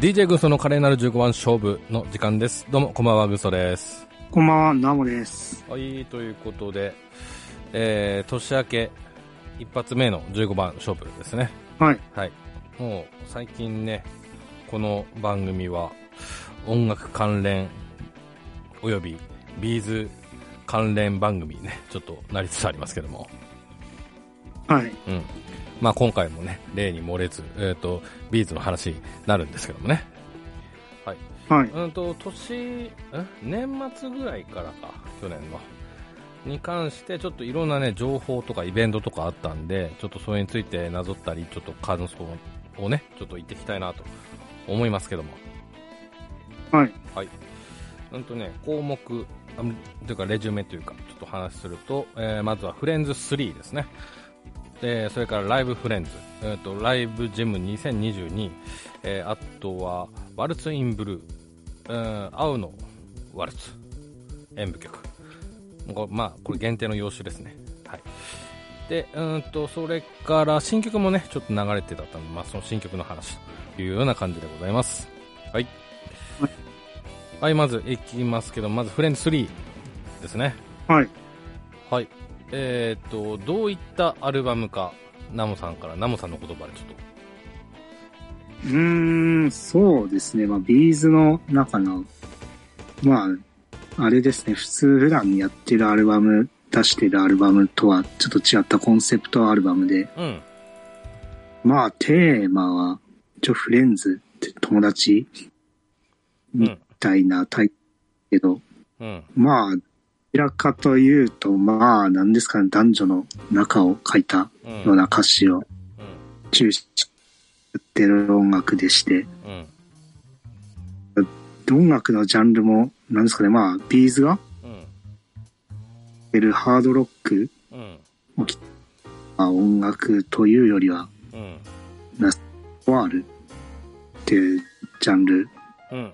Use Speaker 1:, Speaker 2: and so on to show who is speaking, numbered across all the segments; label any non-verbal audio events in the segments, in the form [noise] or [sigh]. Speaker 1: DJ グーソの華麗なる15番勝負の時間です。どうも、こんばんは、グーソです。
Speaker 2: こんばんは、ナモです。
Speaker 1: はい、ということで、えー、年明け一発目の15番勝負ですね。
Speaker 2: はい。
Speaker 1: はい。もう最近ね、この番組は音楽関連およびビーズ関連番組にね、ちょっとなりつつありますけども。
Speaker 2: はい。
Speaker 1: うん。まあ今回もね、例に漏れず、えっ、と、ビーズの話になるんですけどもね。はい。
Speaker 2: はい。
Speaker 1: うんと、年、ん年末ぐらいからか、去年の。に関して、ちょっといろんなね、情報とかイベントとかあったんで、ちょっとそれについてなぞったり、ちょっと感想をね、ちょっと言っていきたいなと思いますけども。
Speaker 2: はい。
Speaker 1: はい。うんとね、項目、あんというかレジュメというか、ちょっと話すると、えーまずはフレンズ3ですね。で、それからライブフレンズ、えー、とライブジム2022、えーあとはワルツインブルー、うん青のワルツ、演舞曲。これまあ、これ限定の用紙ですね。はい。で、うんと、それから新曲もね、ちょっと流れてだったので、まあ、その新曲の話というような感じでございます。はい。はい、まずいきますけど、まずフレンズ3ですね。
Speaker 2: はい。
Speaker 1: はい。えっ、と、どういったアルバムか、ナモさんから、ナモさんの言葉でちょっ
Speaker 2: うーん、そうですね。まあ、ビーズの中の、まあ、あれですね。普通普段やってるアルバム、出してるアルバムとはちょっと違ったコンセプトアルバムで、
Speaker 1: と。うん。
Speaker 2: まあ、テーマは、一応フレンズって友達
Speaker 1: う
Speaker 2: み
Speaker 1: ん。
Speaker 2: たいなタイプけど、
Speaker 1: うん。
Speaker 2: まあ、どちらかというと、まあ、なんですかね、男女の中を書いた
Speaker 1: う。
Speaker 2: ようんな歌詞を注視してる音楽でして、
Speaker 1: うん。
Speaker 2: 音楽のジャンルも、なんですかね、まあ、ビーズが
Speaker 1: うん。
Speaker 2: 出るハードロック、
Speaker 1: うん。
Speaker 2: まあ、音楽というよりは、
Speaker 1: うん。
Speaker 2: ワールっていうジャンル
Speaker 1: うん。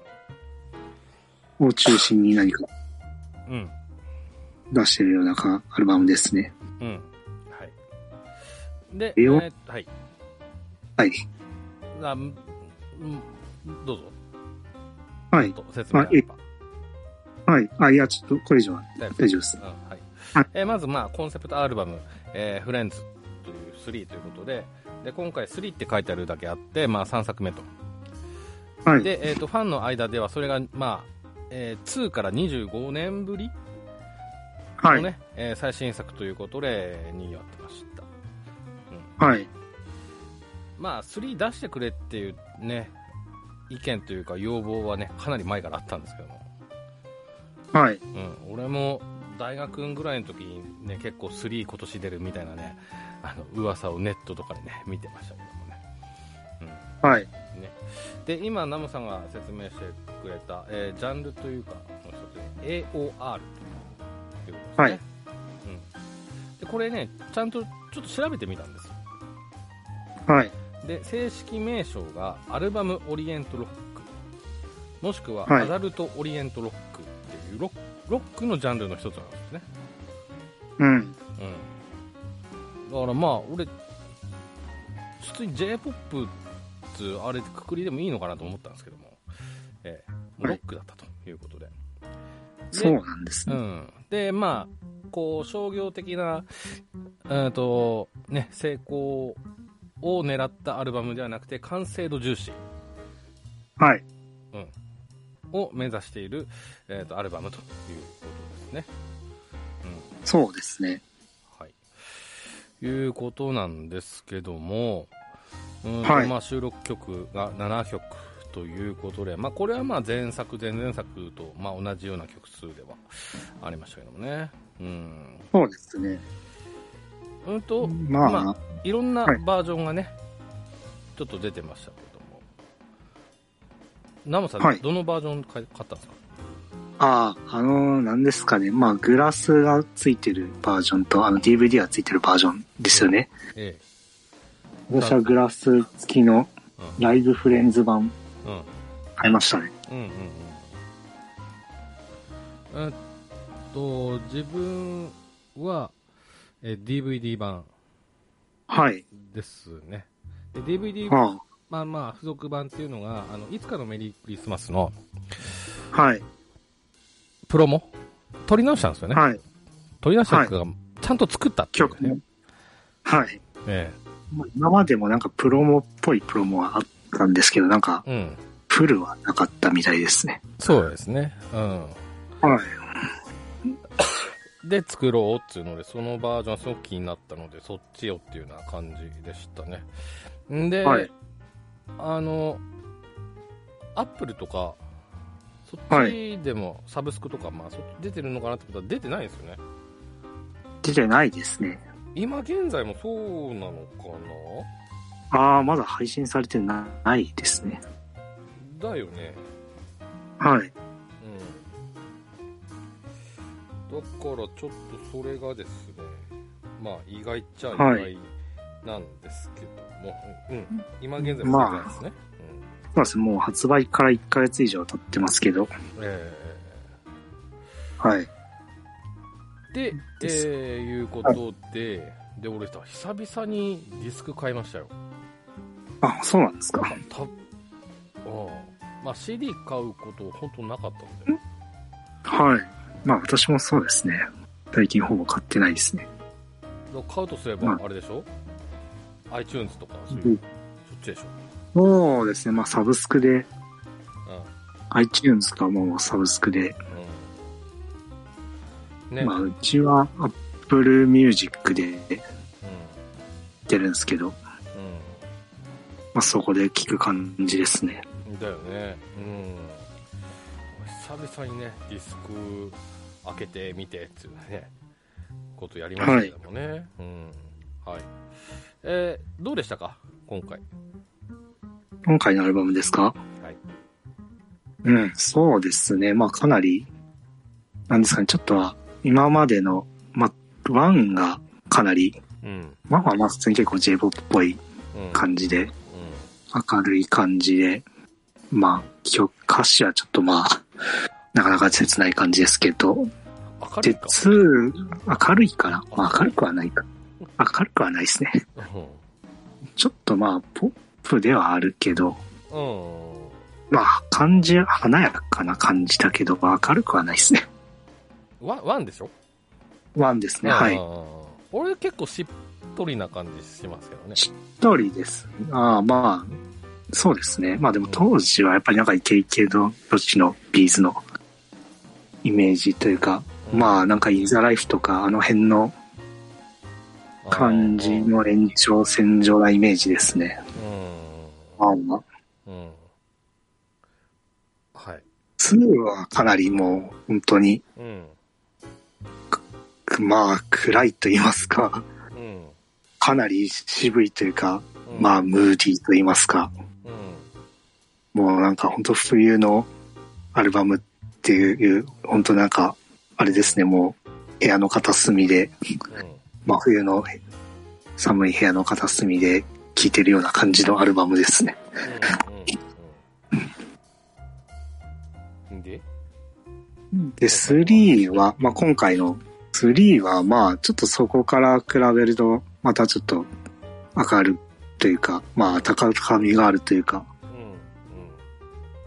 Speaker 2: を中心に何か
Speaker 1: うん。
Speaker 2: 出してるようなかアルバムですね。
Speaker 1: うん。はい。で、え
Speaker 2: えよ
Speaker 1: ーはい。
Speaker 2: はい。
Speaker 1: あ、うんどうぞ。
Speaker 2: は
Speaker 1: ちょ
Speaker 2: い。
Speaker 1: っと説明
Speaker 2: あえ
Speaker 1: ば
Speaker 2: はい。あ、いや、ちょっと、これ以上は
Speaker 1: 大丈夫
Speaker 2: 大丈夫です
Speaker 1: うん。はい
Speaker 2: はい
Speaker 1: えーまず、まあ、コンセプトアルバム「えーフレンズ」という3ということでで今回3って書いてあるだけあって、まあ、3作目と
Speaker 2: [laughs] はい。
Speaker 1: で、えー、とファンの間ではそれが、まあえー2から25年ぶり
Speaker 2: は
Speaker 1: の、ね
Speaker 2: い。
Speaker 1: えー最新作ということでにやってました、
Speaker 2: はい。
Speaker 1: まあ、3出してくれっていう、ね、意見というか要望は、ね、かなり前からあったんですけども、
Speaker 2: はい。
Speaker 1: うん、俺も大学ぐらいの時にね結構3今年出るみたいなねあの噂をネットとかでね見てましたけどもね
Speaker 2: はい。
Speaker 1: ねで今ナムさんが説明してくれた、えージャンルというかの一つ AOR ということですね、
Speaker 2: はい
Speaker 1: うん、でこれねちゃんとちょっと調べてみたんですよ
Speaker 2: はい。
Speaker 1: で正式名称がアルバムオリエントロックもしくは
Speaker 2: はい
Speaker 1: アダルトオリエントロックっていうロックロックのジャンルの一つなんですね
Speaker 2: うん。
Speaker 1: うん、だからまあ俺普通に j p o p つあれくくりでもいいのかなと思ったんですけども、えー
Speaker 2: はい
Speaker 1: ロックだったということで、
Speaker 2: そうなんです
Speaker 1: う
Speaker 2: ね。
Speaker 1: ん、でまあこう商業的な、うんとね、成功を狙ったアルバムではなくて完成度重視
Speaker 2: はい。
Speaker 1: を目指している、えー、とアルバムということですね、うん、
Speaker 2: そうですね。
Speaker 1: はい、いうことなんですけども、うん
Speaker 2: はい
Speaker 1: まあ、収録曲が7曲ということで、まあ、これはまあ前作、前々作とまあ同じような曲数ではありましたけどもね。うん
Speaker 2: そうですね。
Speaker 1: うんと
Speaker 2: まあ、
Speaker 1: まあいろんな
Speaker 2: はい
Speaker 1: バージョンがね、ちょっと出てましたけども。ナムさん、
Speaker 2: はい
Speaker 1: どのバージョンか買ったんですか
Speaker 2: ああ、あのー、なんですかね。まあ、グラスがついてるバージョンと、あの、DVD がついてるバージョンですよね。
Speaker 1: え
Speaker 2: 私はグラス付きのライブフレンズ版
Speaker 1: え。うん。
Speaker 2: 買いましたね。
Speaker 1: うんうんうん。えっと、自分は、えー DVD 版
Speaker 2: はい。
Speaker 1: ですね。で DVD 版、
Speaker 2: あ
Speaker 1: まあまあ、付属版っていうのが、あの、いつかのメリークリスマスの
Speaker 2: はい。
Speaker 1: プロモ、取り直したんですよね。
Speaker 2: はい。
Speaker 1: 取り直したやつが、ちゃんと作ったっていう
Speaker 2: 曲
Speaker 1: ね
Speaker 2: も。。はい。
Speaker 1: え
Speaker 2: まあ今までもなんかプロモっぽいプロモはあったんですけど、なんか
Speaker 1: え。うん。
Speaker 2: フルはなかったみたいですね。
Speaker 1: そうですね。うん。
Speaker 2: はい。
Speaker 1: で作ろうっていうのでそのバージョンはすごく気になったのでそっちよっていうような感じでしたねんで、
Speaker 2: はい
Speaker 1: あのアップルとかそっ
Speaker 2: は
Speaker 1: ちでもサブスクとか、まあ、そっち出てるのかなってことは出てないですよね
Speaker 2: 出てないですね。
Speaker 1: 今現在もそうなのか
Speaker 2: ああ、まだ配信されてないですね。
Speaker 1: なだよね
Speaker 2: はい。
Speaker 1: うんだからちょっとそれがですねまあ意外っちゃ意
Speaker 2: は
Speaker 1: 外なんですけども、うんうん今現在もそうなんですね、うん
Speaker 2: そうです。もう発売から1ヶ月以上経ってますけど。
Speaker 1: え
Speaker 2: はい。
Speaker 1: ーで、え
Speaker 2: です
Speaker 1: ーいうことで、で、俺さ、久々にディスク買いましたよ。
Speaker 2: あ、そうなんですか。
Speaker 1: た、ああまあ CD 買うこと、本当なかったんだよ。
Speaker 2: はい。まあ私もそうですね。最近ほぼ買ってないですね。
Speaker 1: だから買うとすれ
Speaker 2: う
Speaker 1: ば、
Speaker 2: ん
Speaker 1: あれでしょ、?iTunes とか、そういう、
Speaker 2: うん
Speaker 1: そっちでしょ
Speaker 2: そうですね。まあサブスクで、
Speaker 1: うん。
Speaker 2: iTunes とかもうサブスクで。
Speaker 1: うん。ね、
Speaker 2: まあうちは Apple Music で
Speaker 1: う
Speaker 2: 出るんですけど、
Speaker 1: ん。うん。
Speaker 2: まあそこで聞く感じですね。
Speaker 1: だよねうん久々にねディスク開けてみてっていうねことやりましたけどもね、うんはいえーどうでしたか今回
Speaker 2: 今回のアルバムですか
Speaker 1: はい
Speaker 2: うん、そうですね。まあかなり、なんですかね、ちょっとは今までの、まあ、ワンがかなり、
Speaker 1: うん
Speaker 2: まあまあまあ普通に結構 J-POP っぽい
Speaker 1: うん
Speaker 2: 感じで、明るい感じで、まあ曲、歌詞はちょっとまあ、なかなか切ない感じですけど、
Speaker 1: うん明る
Speaker 2: で、
Speaker 1: いか
Speaker 2: 2、明るいかなまあ明るくはないか。明るくはないですね。ちょっとまあ、ポップではあるけど、
Speaker 1: うん、うん、
Speaker 2: まあ、感じ、華やかな感じだけど、明るくはないですね。
Speaker 1: ワンワンでしょ
Speaker 2: ワンですね、はい。
Speaker 1: い俺結構しっとりな感じしますけどね
Speaker 2: し一人です。ああ、まあ、そうですね。まあでも当時はやっぱりなんかイケイケのどっちのビーズのイメージというか、まあなんかイザライフとかあの辺の
Speaker 1: あ
Speaker 2: 感じ
Speaker 1: うん
Speaker 2: の延長線上なイメージですね。まあまあ、
Speaker 1: うんはい
Speaker 2: 2はかなりもう本当に、
Speaker 1: うん
Speaker 2: まあ暗いと言いますか、 [laughs]
Speaker 1: うん
Speaker 2: かなり渋いというか、
Speaker 1: うん
Speaker 2: まあムーディーと言いますか、
Speaker 1: うん
Speaker 2: もうなんか本当冬のアルバムっていう、本当なんか、あれですね、もう部屋の片隅で、
Speaker 1: うん
Speaker 2: 真冬の寒い部屋の片隅で聴いてるような感じのアルバムですね。
Speaker 1: うんで
Speaker 2: で、3は、まあ、今回の3は、まあ、ちょっとそこから比べると、またちょっと明るいというか、まあ、高みがあるというか、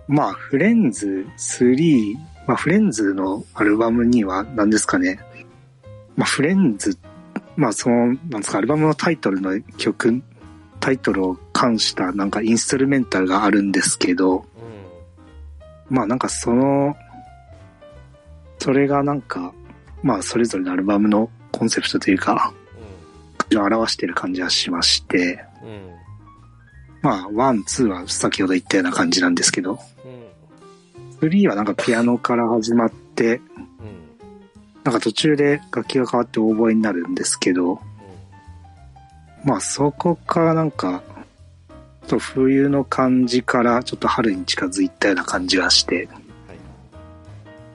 Speaker 1: うん
Speaker 2: まあ、フレンズ3、まあ、フレンズのアルバムには何ですかね。まあ、フレンズ、まあ、その、なんですか、アルバムのタイトルの曲、タイトルを冠したなんかインストゥルメンタルがあるんですけど、
Speaker 1: うんうん
Speaker 2: まあ、なんかその、それがなんか、まあ、それぞれのアルバムのコンセプトというか、表してる感じがしまして、
Speaker 1: うんうん
Speaker 2: まあ、1、2は先ほど言ったような感じなんですけど、
Speaker 1: うん
Speaker 2: 3はなんかピアノから始まって、
Speaker 1: うん
Speaker 2: なんか途中で楽器が変わってオーボエになるんですけど、まあそこからなんか、ちょっと冬の感じからちょっと春に近づいたような感じがして、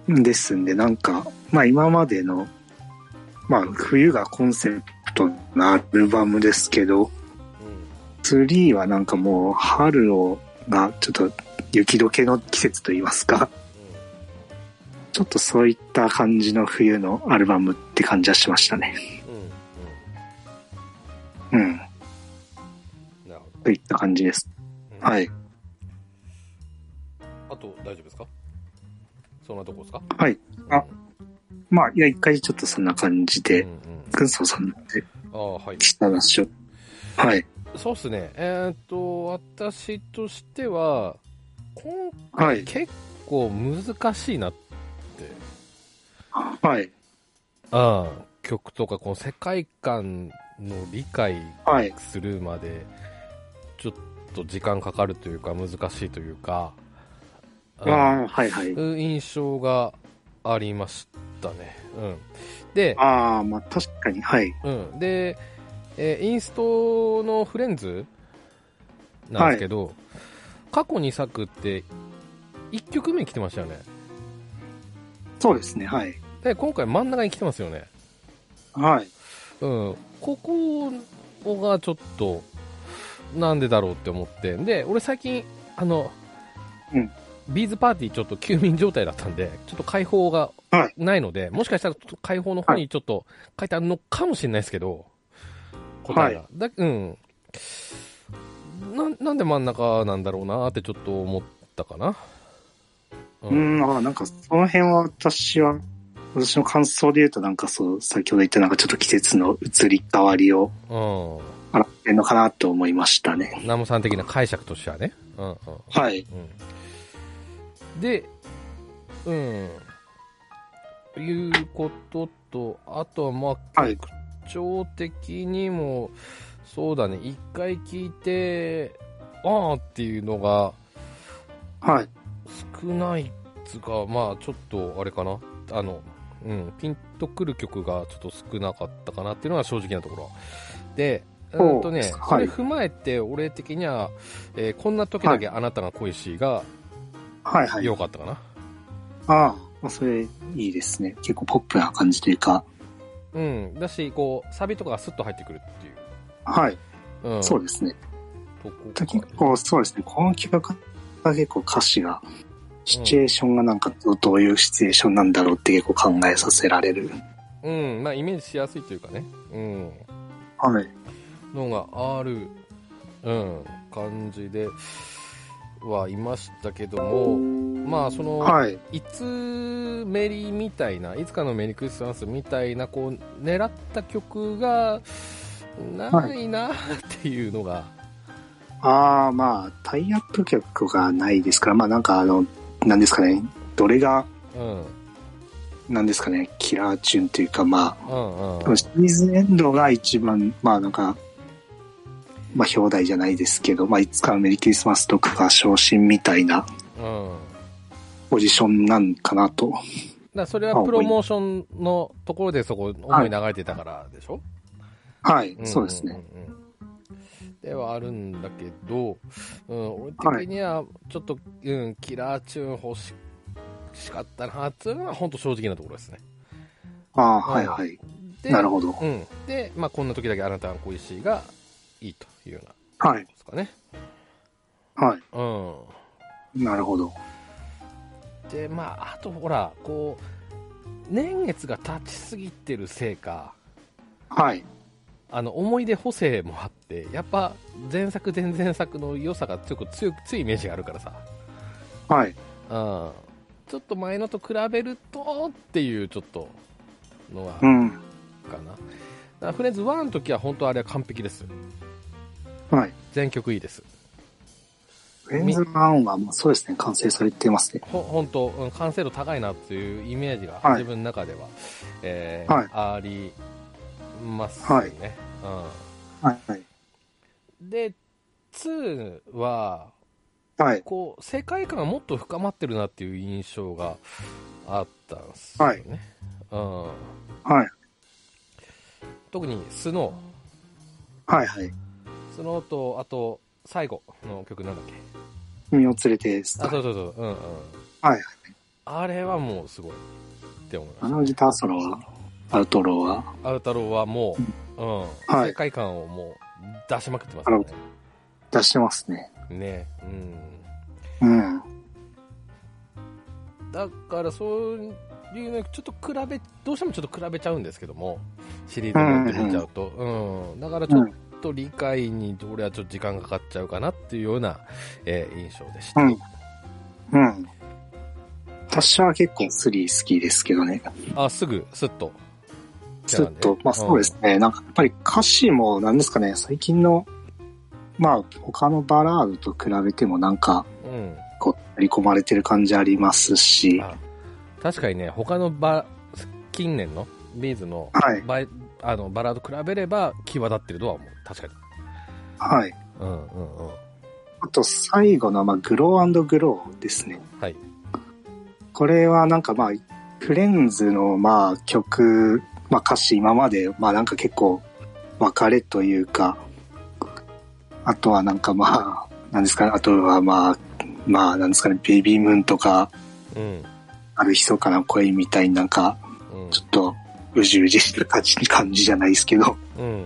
Speaker 2: ですんでなんか、まあ今までの、まあ冬がコンセプトのアルバムですけど、3はなんかもう春を、がちょっと雪解けの季節といいますか、ちょっとそういった感じの冬のアルバムって感じはしましたね。
Speaker 1: うんうん
Speaker 2: うん。
Speaker 1: なるほど
Speaker 2: といった感じです。
Speaker 1: うん
Speaker 2: はい。
Speaker 1: あと、大丈夫ですかそんなとこですか
Speaker 2: はい。あまあ、いや、一回ちょっとそんな感じ
Speaker 1: うんう
Speaker 2: で、
Speaker 1: ん、
Speaker 2: 軍曹さんなんで、
Speaker 1: ああ、はい。
Speaker 2: した話を。はい。
Speaker 1: そうっすね。えーっと、私としては、今
Speaker 2: は
Speaker 1: 回
Speaker 2: い
Speaker 1: 結構難しいなって、
Speaker 2: はい。
Speaker 1: ああ曲とかこの世界観の理解
Speaker 2: はい。
Speaker 1: するまで、ちょっと時間かかるというか、難しいというか、
Speaker 2: ああ、はいはい。
Speaker 1: うん印象がありましたね。うん。で、
Speaker 2: ああ、まあ確かに、はい。
Speaker 1: うん、で、えーインストのフレンズなんですけど、過去2作って1曲目に来てましたよね。
Speaker 2: そうですね、はい。
Speaker 1: で、今回真ん中に来てますよね。
Speaker 2: はい。
Speaker 1: うん、ここがちょっと、なんでだろうって思って。で、俺最近、あの、
Speaker 2: うん
Speaker 1: ビーズパーティーちょっと休眠状態だったんで、ちょっと解放が
Speaker 2: はい
Speaker 1: ないので、もしかしたらちょっと解放の方にちょっと書いてあるのかもしれないですけど、答えが。
Speaker 2: は
Speaker 1: だうん。な、なんで真ん中なんだろうなってちょっと思ったかな。う
Speaker 2: う。ん、ああ、なんかその辺は私は、私の感想で言うとなんかそう、先ほど言ったなんかちょっと季節の移り変わりを
Speaker 1: うん。
Speaker 2: 表してるのかなと思いましたね。
Speaker 1: ナムさん的な解釈としてはね。うんうん。
Speaker 2: はい。
Speaker 1: うんで、うん。いうことと、あとはまあ、
Speaker 2: はい
Speaker 1: 曲調的にも、そうだね、一回聞いて、ああっていうのが
Speaker 2: はい。
Speaker 1: 少ないっつうか、まあちょっとあれかな、あの、うん、ピンとくる曲がちょっと少なかったかなっていうのが正直なところ。で、
Speaker 2: ほう
Speaker 1: うんとね、そ
Speaker 2: は
Speaker 1: れ
Speaker 2: い
Speaker 1: 踏まえて、俺的には、えーこんな時だけあなたが恋しいが
Speaker 2: はいはい。
Speaker 1: 良かったかな。
Speaker 2: ああ、まあそれいいですね。結構ポップな感じというか。
Speaker 1: うん、だし、こう、サビとかがスッと入ってくるっていう。
Speaker 2: はい。
Speaker 1: うん、
Speaker 2: そうですね。
Speaker 1: とこか
Speaker 2: 結構そうですね。この企画が結構歌詞が、シチュエーションがなんかどどういうシチュエーションなんだろうって結構考えさせられる。
Speaker 1: うん、まあ、イメージしやすいというかね、うん、
Speaker 2: はい。
Speaker 1: のがある、うん、感じではいましたけども、まあ、その、
Speaker 2: はい。
Speaker 1: い、つメリみたいな、いつかのメリークリスマスみたいな、こう、狙った曲が、ないなっていうのが、
Speaker 2: ああ、まあ、タイアップ曲がないですから、まあなんかあの、なんですかね。どれが、
Speaker 1: うん、
Speaker 2: なんですかね。キラーチューンというか、ま
Speaker 1: うん、うん。
Speaker 2: あ、シーズンエンドが一番、まあなんか、まあ、表題じゃないですけど、まあ、いつかのメリークリスマスとか昇進みたいな
Speaker 1: うん
Speaker 2: ポジションなんかなと。
Speaker 1: だからそれはプロモーションのところでそこ思い流れてたからでしょ、
Speaker 2: はい
Speaker 1: ん、
Speaker 2: そうですね。。
Speaker 1: うんうんではあるんだけど、うん、俺的にはちょっと、うん、キラーチューン欲ししかったなっていうのは本当正直なところですね。
Speaker 2: ああ、はいはい。
Speaker 1: で
Speaker 2: なるほど。
Speaker 1: うん、で、まあ、こんな時だけあなたの恋しいがいいというようなこ
Speaker 2: はい
Speaker 1: と、ですかね。
Speaker 2: は
Speaker 1: うん
Speaker 2: い。なるほど。
Speaker 1: でまあ、あとほらこう年月が経ちすぎてるせいか
Speaker 2: はい。
Speaker 1: あの思い出補正もあってやっぱ前作前々作の良さが強く強く強いイメージがあるからさ、
Speaker 2: はい。
Speaker 1: うん、ちょっと前のと比べるとっていうちょっとのがあ
Speaker 2: う
Speaker 1: る
Speaker 2: ん。
Speaker 1: かな、だからフレンズ1の時は本当あれは完璧です
Speaker 2: はい。
Speaker 1: 全曲いいです
Speaker 2: フレンズワンは、まあ、そうですね。完成されてますね。
Speaker 1: ほ本当うん完成度高いなっていうイメージが
Speaker 2: はい
Speaker 1: 自分の中では、えー
Speaker 2: はい
Speaker 1: ありますね、
Speaker 2: はい
Speaker 1: うん
Speaker 2: はい。はい。
Speaker 1: で2は
Speaker 2: はい。
Speaker 1: こう世界観がもっと深まってるなっていう印象があったんですよね、うん、
Speaker 2: はい。
Speaker 1: 特にスノ
Speaker 2: はい。はい。
Speaker 1: ースノーとあと最後の曲なんだっけ
Speaker 2: 君を連れてスタ
Speaker 1: あそ
Speaker 2: ー
Speaker 1: うそうそううんうん
Speaker 2: はい。
Speaker 1: あれはもうすごいって思い
Speaker 2: あ
Speaker 1: まし
Speaker 2: のギターソロは、アウトローは、
Speaker 1: たアウタローはもう、うん
Speaker 2: はい
Speaker 1: 世界観をもう出しまくってますよね
Speaker 2: 出してますね。
Speaker 1: ねうん
Speaker 2: うん。
Speaker 1: だからそういうのちょっと比べどうしてもちょっと比べちゃうんですけどもシリーズ持ってみちゃうと、うんだからちょっと理解に俺はちょっと時間かかっちゃうかなっていうような、えー印象でした。
Speaker 2: うん。うん。私は結構スリー好きですけどね。
Speaker 1: あ、すぐ、スッと。
Speaker 2: ずっと、まあそうですね。なんかやっぱり歌詞もなんですかね、最近の、まあ他のバラードと比べてもなんか、
Speaker 1: うん。
Speaker 2: こう、取り込まれてる感じありますし、
Speaker 1: あ確かにね、他のバ、近年のビーズの
Speaker 2: はい、
Speaker 1: バイあのバラード比べれば際立ってるとは思う。確かに。
Speaker 2: はい。
Speaker 1: うんうんうん。
Speaker 2: あと最後の、まあ、グローグローですね。
Speaker 1: はい。
Speaker 2: これはなんかまあ、フレンズのまあ曲、まあ歌詞今までまあなんか結構別れというか、あとはなんかまあ、なんですかね、あとはまあ、まあなんですかね、ベイビームーンとか、
Speaker 1: うん。
Speaker 2: ある密かな声みたいになんか、
Speaker 1: うん
Speaker 2: ちょっと、うじうじした感じ感じじゃないですけど、
Speaker 1: うん。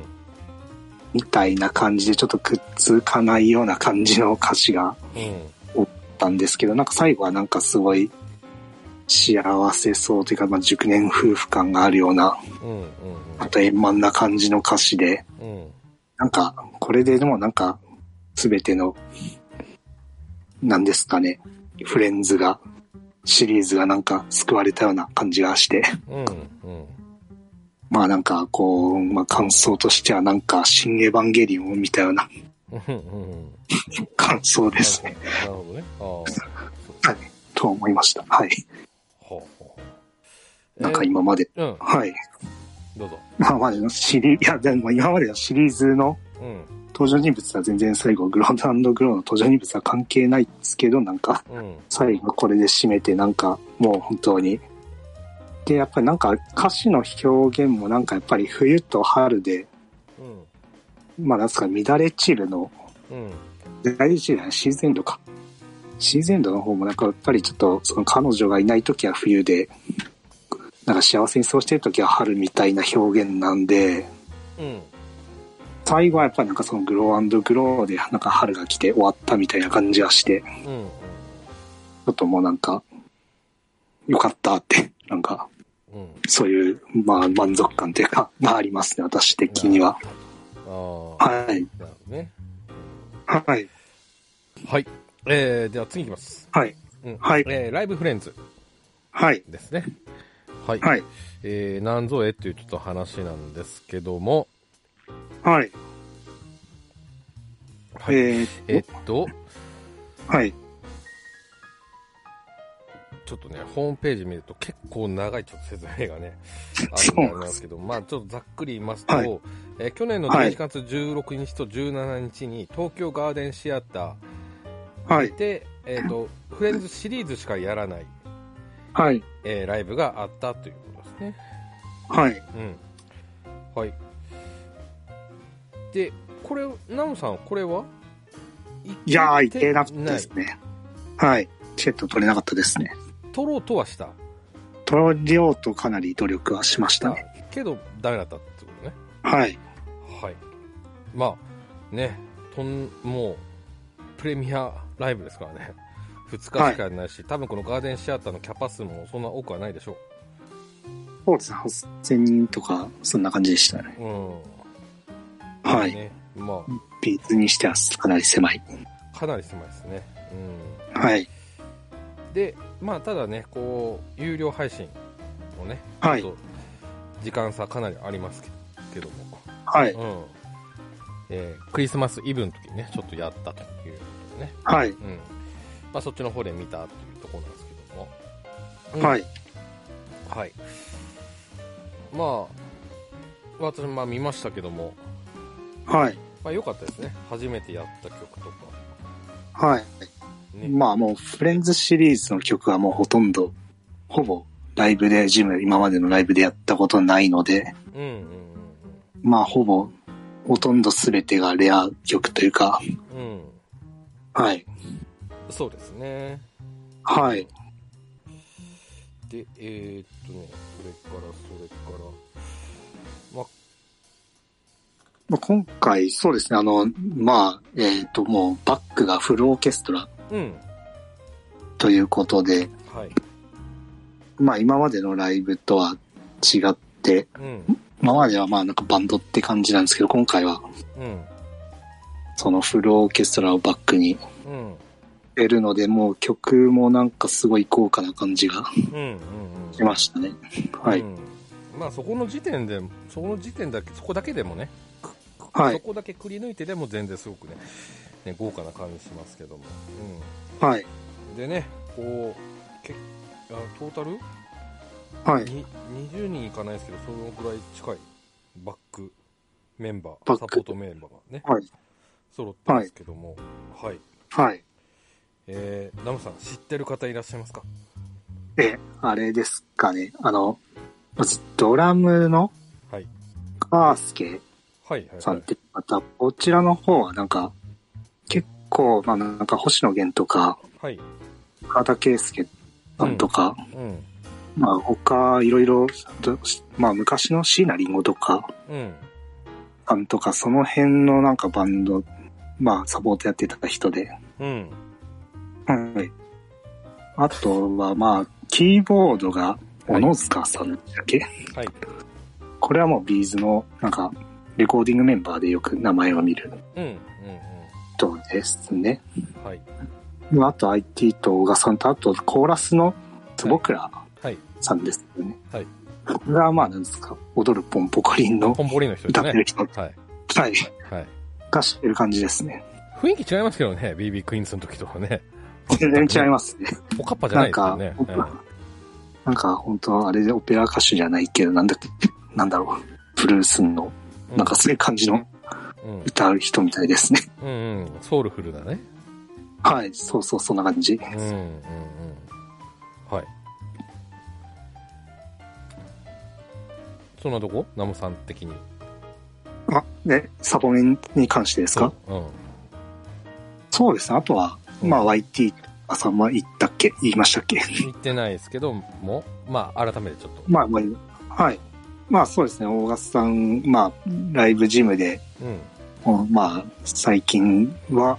Speaker 2: みたいな感じでちょっとくっつかないような感じの歌詞が
Speaker 1: うん。
Speaker 2: だったんですけど、なんか最後はなんかすごい幸せそうというか、まあ、熟年夫婦感があるような、
Speaker 1: うん。
Speaker 2: あと円満な感じの歌詞で、
Speaker 1: うん。うん。
Speaker 2: なんか、これででもなんか、すべての、なんですかね、フレンズが、シリーズがなんか救われたような感じがして、
Speaker 1: うん。うん。
Speaker 2: まあなんかこう、まあ感想としてはなんか、新エヴァンゲリオンを見たような
Speaker 1: うんうん。
Speaker 2: 感想ですね、
Speaker 1: なるほどね。ああ。
Speaker 2: はい、と思いました。はい。
Speaker 1: ほうほう。
Speaker 2: なんか今まで、
Speaker 1: えー。うん。
Speaker 2: はい。
Speaker 1: どうぞ。
Speaker 2: まあまでのシリいやでも今までのシリーズの
Speaker 1: うん。
Speaker 2: 登場人物は全然最後、グローンドグローの登場人物は関係ないですけど、なんか、
Speaker 1: うん。
Speaker 2: 最後これで締めて、なんか、もう本当に。で、やっぱりなんか歌詞の表現もなんかやっぱり冬と春で、
Speaker 1: うん。
Speaker 2: まあなんすか、乱れ散るの、
Speaker 1: うん。
Speaker 2: 乱れ散るのはシーズンエンドか。シーズンエンドの方もなんかやっぱりちょっと、その彼女がいない時は冬で、なんか幸せにそうしてる時は春みたいな表現なんで、
Speaker 1: うん。
Speaker 2: 最後はやっぱりなんかそのグローグローでなんか春が来て終わったみたいな感じがして、ち
Speaker 1: うん。
Speaker 2: ょっともうなんか、よかったって、なんか、
Speaker 1: うん。
Speaker 2: そういう、まあ満足感というか、まあありますね、私的には。
Speaker 1: ああ。な
Speaker 2: はい。
Speaker 1: るほどね。
Speaker 2: はい。
Speaker 1: はい。えー、では次いきます。
Speaker 2: はい。
Speaker 1: うん。
Speaker 2: はい
Speaker 1: えー、ライブフレンズ
Speaker 2: はい。
Speaker 1: ですね。はい。
Speaker 2: はい。
Speaker 1: えー、なんぞえっていうちょっと話なんですけども、
Speaker 2: はい。
Speaker 1: はい。え
Speaker 2: えー
Speaker 1: っと、
Speaker 2: はい。
Speaker 1: ちょっとね、ホームページ見ると結構長いちょっと説明が
Speaker 2: [laughs]
Speaker 1: ね、
Speaker 2: そ
Speaker 1: あ
Speaker 2: う
Speaker 1: るんですけど、まあちょっとざっくり言いますと、
Speaker 2: はい
Speaker 1: えー去年の
Speaker 2: はい
Speaker 1: 11月16日と17日に東京ガーデンシアタ
Speaker 2: は
Speaker 1: ー
Speaker 2: い。
Speaker 1: で、えっと、フレンズシリーズしかやらない、
Speaker 2: はい。
Speaker 1: えーライブがあったということですね。
Speaker 2: はい。
Speaker 1: うん。はい。で、これ、ナムさん、これはい
Speaker 2: やー、
Speaker 1: 行
Speaker 2: いけなかったですね。はい。チケット取れなかったですね。
Speaker 1: 取ろうとはした。
Speaker 2: 取りようとかなり努力はしましたね。
Speaker 1: あけど、ダメだったってことね。
Speaker 2: はい。
Speaker 1: はい。まあ、ね、とん、もう、プレミアライブですからね。2日しかないし、多分このガーデンシアターのキャパ数もそんな多くはないでしょ
Speaker 2: そうですね。8000人とか、そんな感じでしたね。
Speaker 1: う。うん。
Speaker 2: はい。
Speaker 1: ね、ま
Speaker 2: ビーズにしてはかなり狭い。
Speaker 1: あ、かなり狭いですね。う
Speaker 2: はい。
Speaker 1: ん。で、まあ、ただね、こう、有料配信をね、
Speaker 2: は
Speaker 1: ち
Speaker 2: い
Speaker 1: ょ。っと時間差かなりありますけども、
Speaker 2: はい。
Speaker 1: うんえークリスマスイブの時にねちょっとやったということでね、
Speaker 2: はい。
Speaker 1: うんまあ、そっちの方で見たというところなんですけども、うん
Speaker 2: はい。
Speaker 1: はいまあ私もまあ見ましたけども
Speaker 2: はい。
Speaker 1: まあ、良かったですね初めてやった曲とか
Speaker 2: はい。
Speaker 1: ね、
Speaker 2: まあもう、フレンズシリーズの曲はもうほとんど、ほぼ、ライブで、ジム、今までのライブでやったことないので、
Speaker 1: うんうん
Speaker 2: まあほぼ、ほとんど全てがレア曲というか、
Speaker 1: うんうんうん
Speaker 2: はい。
Speaker 1: そうですね
Speaker 2: はい。
Speaker 1: で、えーっとね、それから、それから、まあ、
Speaker 2: まあ、今回、そうですね、あの、まあ、えっ、と、もう、バックがフルオーケストラ
Speaker 1: うん、
Speaker 2: ということで、
Speaker 1: はい、
Speaker 2: まあ今までのライブとは違って、
Speaker 1: うん、
Speaker 2: 今まではまあなんかバンドって感じなんですけど、今回は
Speaker 1: うん。
Speaker 2: そのフルオーケストラをバックに
Speaker 1: うん。
Speaker 2: やるので、もう曲もなんかすごい高価な感じが
Speaker 1: うん。うん。うん。
Speaker 2: しましたね。は
Speaker 1: う
Speaker 2: い。
Speaker 1: んまあそこの時点で、そこの時点だけ、そこだけでもね、
Speaker 2: は
Speaker 1: そ
Speaker 2: い。
Speaker 1: こだけくり抜いてでも全然すごくね、ね豪華な感じしますけども。
Speaker 2: はい。
Speaker 1: うん、でね、こう、けあトータル
Speaker 2: はい。
Speaker 1: に20人いかないですけど、そのぐらい近いバックメンバー、
Speaker 2: バッ
Speaker 1: サ
Speaker 2: ク
Speaker 1: ポートメンバーがね、
Speaker 2: はい。
Speaker 1: 揃ってますけども、はい。
Speaker 2: はい。
Speaker 1: えー、ナムさん、知ってる方いらっしゃいますか
Speaker 2: で、あれですかね。あの、まずドラムの
Speaker 1: はい。
Speaker 2: カースケ
Speaker 1: はい、はい、
Speaker 2: さ
Speaker 1: は
Speaker 2: んっ
Speaker 1: い。
Speaker 2: て方、こちらの方はなんか、結構、まあなんか星野源とか、
Speaker 1: はい。
Speaker 2: 岡田圭介さんとか、
Speaker 1: うん。
Speaker 2: まあ他いろいろ、どまあ昔の椎名林檎とか、
Speaker 1: うん。
Speaker 2: さんとか、その辺のなんかバンド、まあサポートやってた人で、
Speaker 1: うん。
Speaker 2: はい。あとはまあ、キーボードが小野塚さんだっけ、
Speaker 1: はい。
Speaker 2: これはもうビーズのなんか、レコーディングメンバーでよく名前を見る
Speaker 1: うん。うん。
Speaker 2: 人ですね。
Speaker 1: うん。はい。
Speaker 2: あと IT と小賀さんと、あとコーラスの坪倉
Speaker 1: はい。
Speaker 2: さんですよね。
Speaker 1: はい。
Speaker 2: これはまあ、なんですか、踊るポンポコリンの
Speaker 1: ポ、ンポリの人で
Speaker 2: 歌
Speaker 1: す
Speaker 2: ってる
Speaker 1: ね。
Speaker 2: 人、
Speaker 1: はい。
Speaker 2: はい、
Speaker 1: はい。
Speaker 2: がしてる感じですね。
Speaker 1: 雰囲気違いますけどね、BB クイーンズの時とはね。
Speaker 2: 全然違いますね。
Speaker 1: おかっぱじゃな
Speaker 2: ないん
Speaker 1: ですよね、。
Speaker 2: か僕はなんか本当あれでオペラ歌手じゃないけど、なんだっけ、なんだろう、ブルースの、
Speaker 1: うん
Speaker 2: なんかそういう感じの
Speaker 1: うん。
Speaker 2: 歌う人みたいですね。
Speaker 1: うんうん。ソウルフルだね。
Speaker 2: はい、そうそう、そんな感じ。
Speaker 1: うんうんうん。はい。そんなとこナムさん的に。
Speaker 2: あ、ね、サボメンに関してですか
Speaker 1: うん。うん。
Speaker 2: そうですね。あとは、
Speaker 1: うん
Speaker 2: まあ YT あさんは言ったっけ言いましたっけ [laughs]
Speaker 1: 言ってないですけども、まあ、改めてちょっと。
Speaker 2: まあ、まあ、はい。まあそうですね。大賀さん、まあ、ライブジムで、
Speaker 1: うん。
Speaker 2: うんまあ、最近は、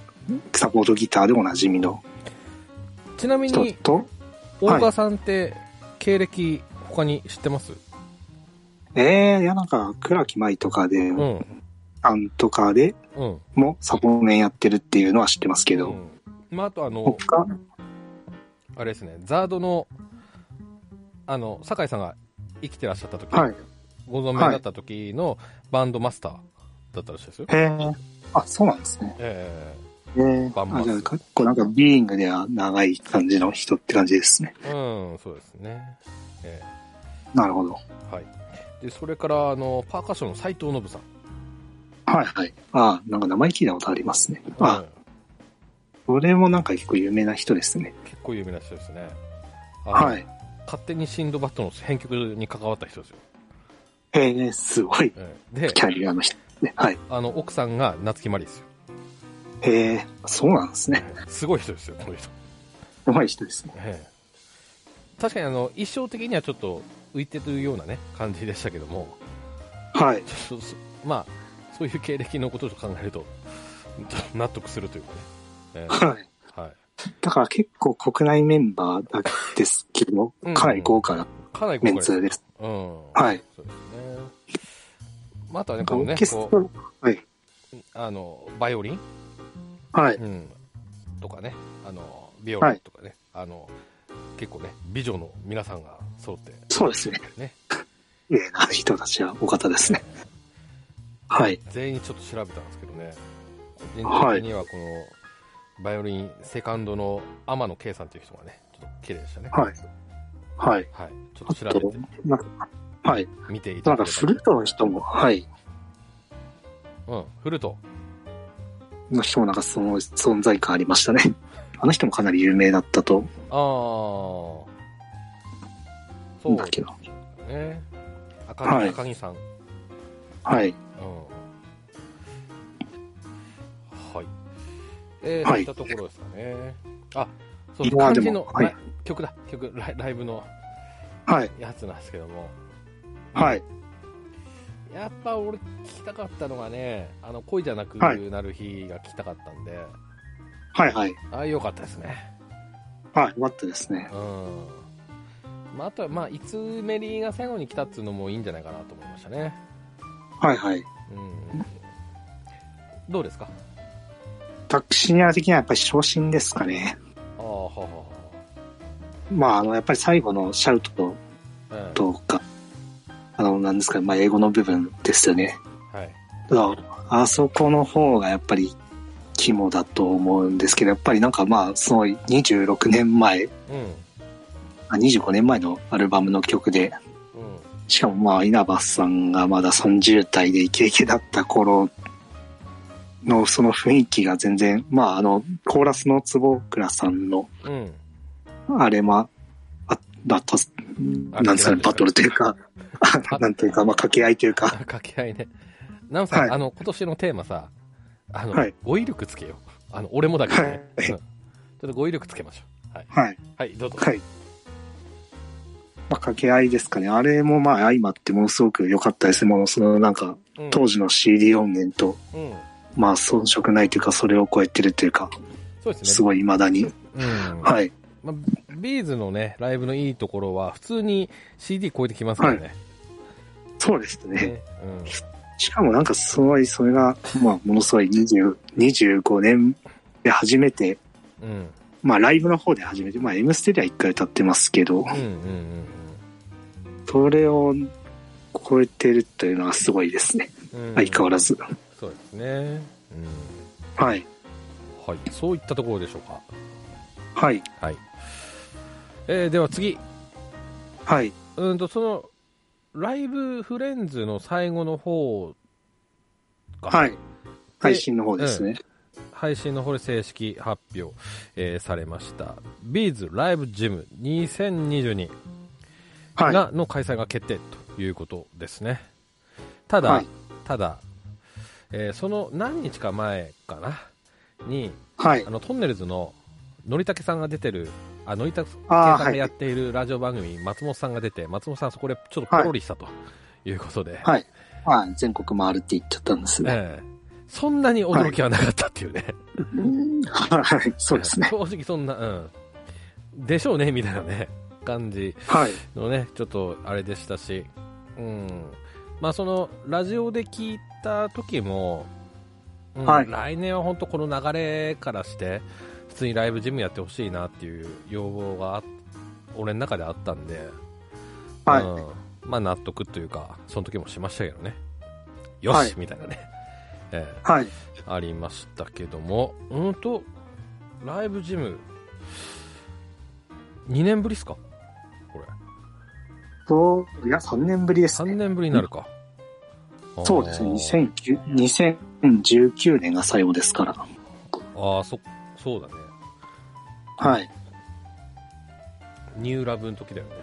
Speaker 2: サポートギターでおなじみの
Speaker 1: ちなみ
Speaker 2: 人
Speaker 1: に、
Speaker 2: と、
Speaker 1: 大川さんって、経歴、他に知ってます
Speaker 2: ええいやなんか、倉木舞とかで、
Speaker 1: うん。
Speaker 2: あんとかで
Speaker 1: うん。
Speaker 2: もサポメンやってるっていうのは知ってますけ
Speaker 1: う
Speaker 2: ど、
Speaker 1: ん。まあ、あとあの、
Speaker 2: 他、
Speaker 1: あれですね、ザードの、あの、酒井さんが生きてらっしゃった時、
Speaker 2: はい。
Speaker 1: ご存命だった時のバンドマスターだったらしいですよ。
Speaker 2: へえ。あ、そうなんですね。
Speaker 1: え
Speaker 2: ええ
Speaker 1: バンバン
Speaker 2: あ、じゃあ、結構なんか、ビーイングでは長い感じの人って感じですね。
Speaker 1: えうん、そうですね。え
Speaker 2: なるほど。
Speaker 1: えはい。で、それから、あの、パーカッションの斎藤信さん。
Speaker 2: はいはい。ああ、なんか名前聞いたことありますね。あ
Speaker 1: うん
Speaker 2: これもなんか結構有名な人ですね。
Speaker 1: 結構有名な人ですね。あの
Speaker 2: はい。
Speaker 1: 勝手にシンドバッドの編曲に関わった人ですよ。
Speaker 2: ええすごい。
Speaker 1: ええで、
Speaker 2: キャリアの人。ね、はい。
Speaker 1: あの、奥さんが夏木マリですよ。
Speaker 2: ええそうなんですね。
Speaker 1: すごい人ですよ、この人。
Speaker 2: うまい人ですね。
Speaker 1: ええ確かにあの、一生的にはちょっと浮いてるようなね、感じでしたけども、
Speaker 2: はい。
Speaker 1: ちょっとそまあ、そういう経歴のことと考えると、ちょっと納得するというかね。ええ
Speaker 2: はい。
Speaker 1: はい。
Speaker 2: だから結構国内メンバーだけですけど
Speaker 1: うん、
Speaker 2: かなり豪華な
Speaker 1: かなり
Speaker 2: メ
Speaker 1: 今
Speaker 2: ン
Speaker 1: 回、
Speaker 2: ツです。
Speaker 1: うん。
Speaker 2: はい。
Speaker 1: そうですね。まあ、あとはね、こ
Speaker 2: オ
Speaker 1: のね
Speaker 2: ーケ、ス
Speaker 1: こ
Speaker 2: トラ、はい。
Speaker 1: う、あの、バイオリン、
Speaker 2: はい。
Speaker 1: うん、とかね、あの、ビオラとかね、あの、結構ね、美女の皆さんが揃って、
Speaker 2: そうですね。
Speaker 1: ね、
Speaker 2: ええな人たちはお方ですね。はい。
Speaker 1: 全員ちょっと調べたんですけどね、個人
Speaker 2: は
Speaker 1: 的
Speaker 2: い
Speaker 1: にはこの、バイオリンセカンドの天野圭さんという人がね、ちょっと綺麗でしたね。
Speaker 2: はい。はい。
Speaker 1: はい。ちょっと
Speaker 2: あ
Speaker 1: 調べ
Speaker 2: と
Speaker 1: て、、
Speaker 2: なんか、はい。
Speaker 1: 見ていた
Speaker 2: なん
Speaker 1: だ
Speaker 2: か
Speaker 1: け
Speaker 2: フ
Speaker 1: れ
Speaker 2: ルートの人も、はい。
Speaker 1: ば。うん、フルート。
Speaker 2: の人もなんかその存在感ありましたね。 [laughs] あの人もかなり有名だったと
Speaker 1: ああ。そ
Speaker 2: 思う
Speaker 1: うん
Speaker 2: だけど。
Speaker 1: ね。赤木、
Speaker 2: はい
Speaker 1: 赤木さん。うん。
Speaker 2: はい。
Speaker 1: はい。えー、
Speaker 2: は
Speaker 1: そうい
Speaker 2: い
Speaker 1: ったところですかね。あ、そう、
Speaker 2: いや
Speaker 1: 感
Speaker 2: でも
Speaker 1: じの、
Speaker 2: はい
Speaker 1: ライ曲だ、曲ライ、ライブの
Speaker 2: はい。
Speaker 1: やつなんですけども。
Speaker 2: はい。
Speaker 1: やっぱ俺聞きたかったのがね、あの、恋じゃなく
Speaker 2: はい
Speaker 1: なる日が聞きたかったんで、
Speaker 2: はいはい。
Speaker 1: ああ、よかったですね。
Speaker 2: はい。よかったですね
Speaker 1: う。ん。まあ、あとは、まあ、いつメリーが最後に来たっていうのもいいんじゃないかなと思いましたね。
Speaker 2: はいはい。
Speaker 1: うん、どうですか
Speaker 2: タクシニア的にはやっぱり昇進ですかね。
Speaker 1: ああはあは
Speaker 2: まあ、あの、やっぱり最後のシャウト
Speaker 1: あはあ、
Speaker 2: とか、あの、なんですかね、まあ、英語の部分ですよね。
Speaker 1: うんはい
Speaker 2: ただあそこの方がやっぱり肝だと思うんですけど、やっぱりなんかまあ、すごい26年前、
Speaker 1: う
Speaker 2: あ25年前のアルバムの曲で、
Speaker 1: んうん
Speaker 2: しかもまあ、稲葉さんがまだ30代でイケイケだった頃のその雰囲気が全然、まああの、コーラスの坪倉さんの
Speaker 1: うん
Speaker 2: あれま、あ、だと、なんですかね、バトルとい
Speaker 1: [laughs]
Speaker 2: うか、あなんというか、まあ掛け合いというか、
Speaker 1: 掛け合いねナムさん、
Speaker 2: はい
Speaker 1: あの今年のテーマさあの、
Speaker 2: はい
Speaker 1: 語彙力つけようあの俺もだからね、
Speaker 2: は
Speaker 1: うんちょっと語彙力つけましょうはい、
Speaker 2: はい。
Speaker 1: はい、どうぞ、
Speaker 2: はい。まあ、掛け合いですかね。あれもまあ相まってものすごく良かったですね。もうそのなんか
Speaker 1: うん、
Speaker 2: 当時の CD 音源と、
Speaker 1: うん
Speaker 2: まあ遜色ないというかそれを超えてるというか、
Speaker 1: そうですね
Speaker 2: すごい未だに。
Speaker 1: うん
Speaker 2: はい。
Speaker 1: まあ、ビーズのね、ライブのいいところは、普通に CD 超えてきますからね。
Speaker 2: [laughs] そうですね。
Speaker 1: ねうん、
Speaker 2: しかもなんかすごいそれが、まあものすごい20 25年で初めて、
Speaker 1: うん、
Speaker 2: まあライブの方で初めて、まあ M ステでは一回歌ってますけど
Speaker 1: う、ん、うんうん
Speaker 2: それを超えてるというのはすごいですね。
Speaker 1: うん、うん。
Speaker 2: 相変わらず。
Speaker 1: そうですね。うん。
Speaker 2: はい。
Speaker 1: はい、そういったところでしょうか。
Speaker 2: はい。
Speaker 1: はい。えーでは次。
Speaker 2: はい。
Speaker 1: うんと、その、ライブフレンズの最後の方が、
Speaker 2: はい。配信の方ですね。
Speaker 1: 配信の方で正式発表、えーされました。ビーズライブジム2022。
Speaker 2: はい。
Speaker 1: がの開催が決定ということですね。ただ、
Speaker 2: はい
Speaker 1: ただ、えーその何日か前かな、に、
Speaker 2: はい
Speaker 1: あ。の、トンネルズの、のりたけさんが出てる、あ、のりたけ
Speaker 2: あ
Speaker 1: さ
Speaker 2: ー
Speaker 1: んがやっているラジオ番組、松本さんが出て、松本さんそこでちょっとポロリしたということで、
Speaker 2: はい。まあ、全国回るって言っちゃったんですね。
Speaker 1: えーそんなに驚きはなかったっていうね。
Speaker 2: はい。そうです
Speaker 1: [laughs]
Speaker 2: ね。
Speaker 1: 正直そんな、うん。でしょうね、みたいなね、感じ。
Speaker 2: はい。
Speaker 1: のね、ちょっとあれでしたし、うん。まあその、ラジオで聞いた時も、うん
Speaker 2: はい
Speaker 1: 来年は本当この流れからして、普通にライブジムやってほしいなっていう要望があ俺の中であったんで、
Speaker 2: はい。
Speaker 1: うん、まあ納得というか、その時もしましたけどね。よし、
Speaker 2: はい
Speaker 1: みたいなね、 [laughs] え
Speaker 2: はい。
Speaker 1: ーありましたけども、うんと、ライブジム、2年ぶりっすかこれ。
Speaker 2: と、いや、3年ぶりです
Speaker 1: 3
Speaker 2: ね。
Speaker 1: 年ぶりになるか。
Speaker 2: そうですね。
Speaker 1: ね。
Speaker 2: 2009 2019年が最後ですから。
Speaker 1: ああ、そ、そうだね。
Speaker 2: はい。
Speaker 1: ニューラブの時だよね。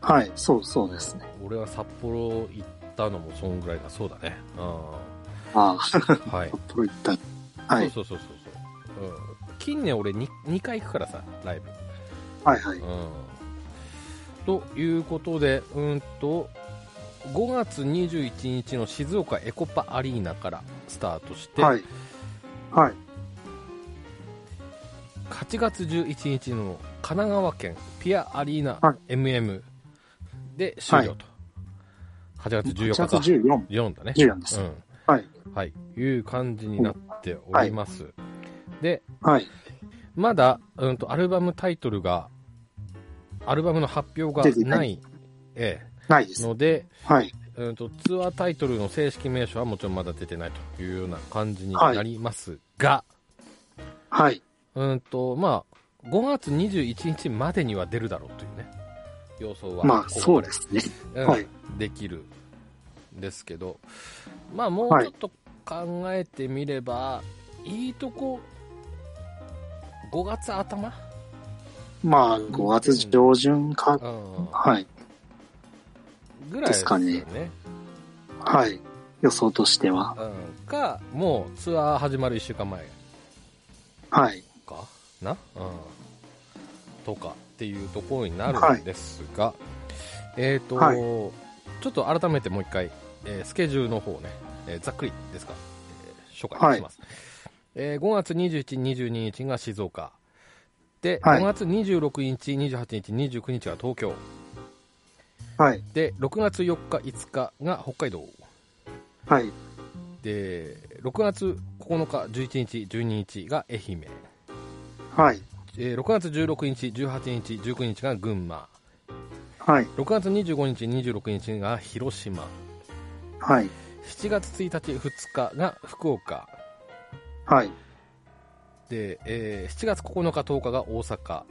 Speaker 2: はい。そうそうですね。
Speaker 1: 俺は札幌行ったのもそんぐらいだ。そうだね。うん。
Speaker 2: ああ、札
Speaker 1: はい。
Speaker 2: 幌行った。 [laughs] はい。
Speaker 1: そうそうそうそうそう。うん、近年俺 2, 2回行くからさ、ライブ。
Speaker 2: はいはい。
Speaker 1: うん。ということで、うんと、5月21日の静岡エコパアリーナからスタートして、
Speaker 2: はい。はい。
Speaker 1: 8月11日の神奈川県ピアアリーナ
Speaker 2: は
Speaker 1: MM で終了と、8月
Speaker 2: 1
Speaker 1: 14日
Speaker 2: 月
Speaker 1: か
Speaker 2: 14。
Speaker 1: 4だね、
Speaker 2: 14です。
Speaker 1: う
Speaker 2: はい。
Speaker 1: んはい、いう感じになっております、で
Speaker 2: はい。
Speaker 1: まだ、うん、とアルバムタイトルがアルバムの発表
Speaker 2: 出
Speaker 1: が
Speaker 2: て
Speaker 1: な、
Speaker 2: ない
Speaker 1: え
Speaker 2: ないで
Speaker 1: え、
Speaker 2: す。
Speaker 1: ので、
Speaker 2: はい。
Speaker 1: うん、とツアータイトルの正式名称はもちろんまだ出てないというような感じになりますが、
Speaker 2: はい。
Speaker 1: うんと、まあ、5月21日までには出るだろうというね、予想は。。
Speaker 2: まあ、そうですすね。
Speaker 1: うん
Speaker 2: はい
Speaker 1: できるんですけど、まあ、もう
Speaker 2: はい
Speaker 1: ちょっと考えてみれば、い、いとこ、5月頭、
Speaker 2: まあ、5月上旬か。
Speaker 1: うん、
Speaker 2: はい。
Speaker 1: ぐらいですよね。
Speaker 2: ですはい。予想としては。
Speaker 1: うん、か、もうツアー始まる1週間前
Speaker 2: はい。
Speaker 1: かな、うん、とかっていうところになるんですが、えっ、と、
Speaker 2: はい
Speaker 1: ちょっと改めてもう一回、えースケジュールの方をね、えーざっくりですか、えー紹介します、えー5月21、22日が静岡で、
Speaker 2: はい
Speaker 1: 5月26日、28日、29日が東京
Speaker 2: はい。
Speaker 1: で6月4日、5日が北海道
Speaker 2: はい。
Speaker 1: で6月9日11日12日が愛媛、
Speaker 2: はい。
Speaker 1: えー6月16日18日19日が群馬
Speaker 2: はい。
Speaker 1: 6月25日26日が広島
Speaker 2: はい。
Speaker 1: 7月1日2日が福岡
Speaker 2: はい。
Speaker 1: で、えー7月9日10日が大阪、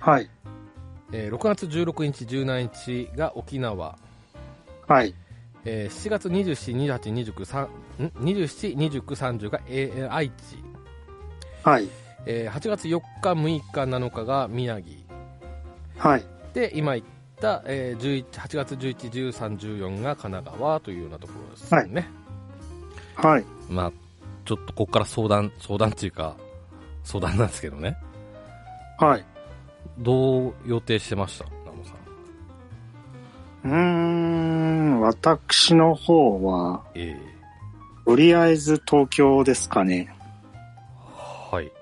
Speaker 2: はい。
Speaker 1: えー6月16日17日が沖縄
Speaker 2: はい。
Speaker 1: えー7月27、28、29、3ん27、29、30が、えー愛知、
Speaker 2: はい。
Speaker 1: えー8月4日、6日、7日が宮城
Speaker 2: はい。
Speaker 1: で今言った、えー、11 8月11、13、14が神奈川というようなところですね、
Speaker 2: はい。
Speaker 1: まあ、ちょっとここから相談相談っていうか相談なんですけどね
Speaker 2: はい。
Speaker 1: どう予定してましたナモさん
Speaker 2: うーん、私の方は、
Speaker 1: え
Speaker 2: とりあえず東京ですかね。
Speaker 1: ー、はい、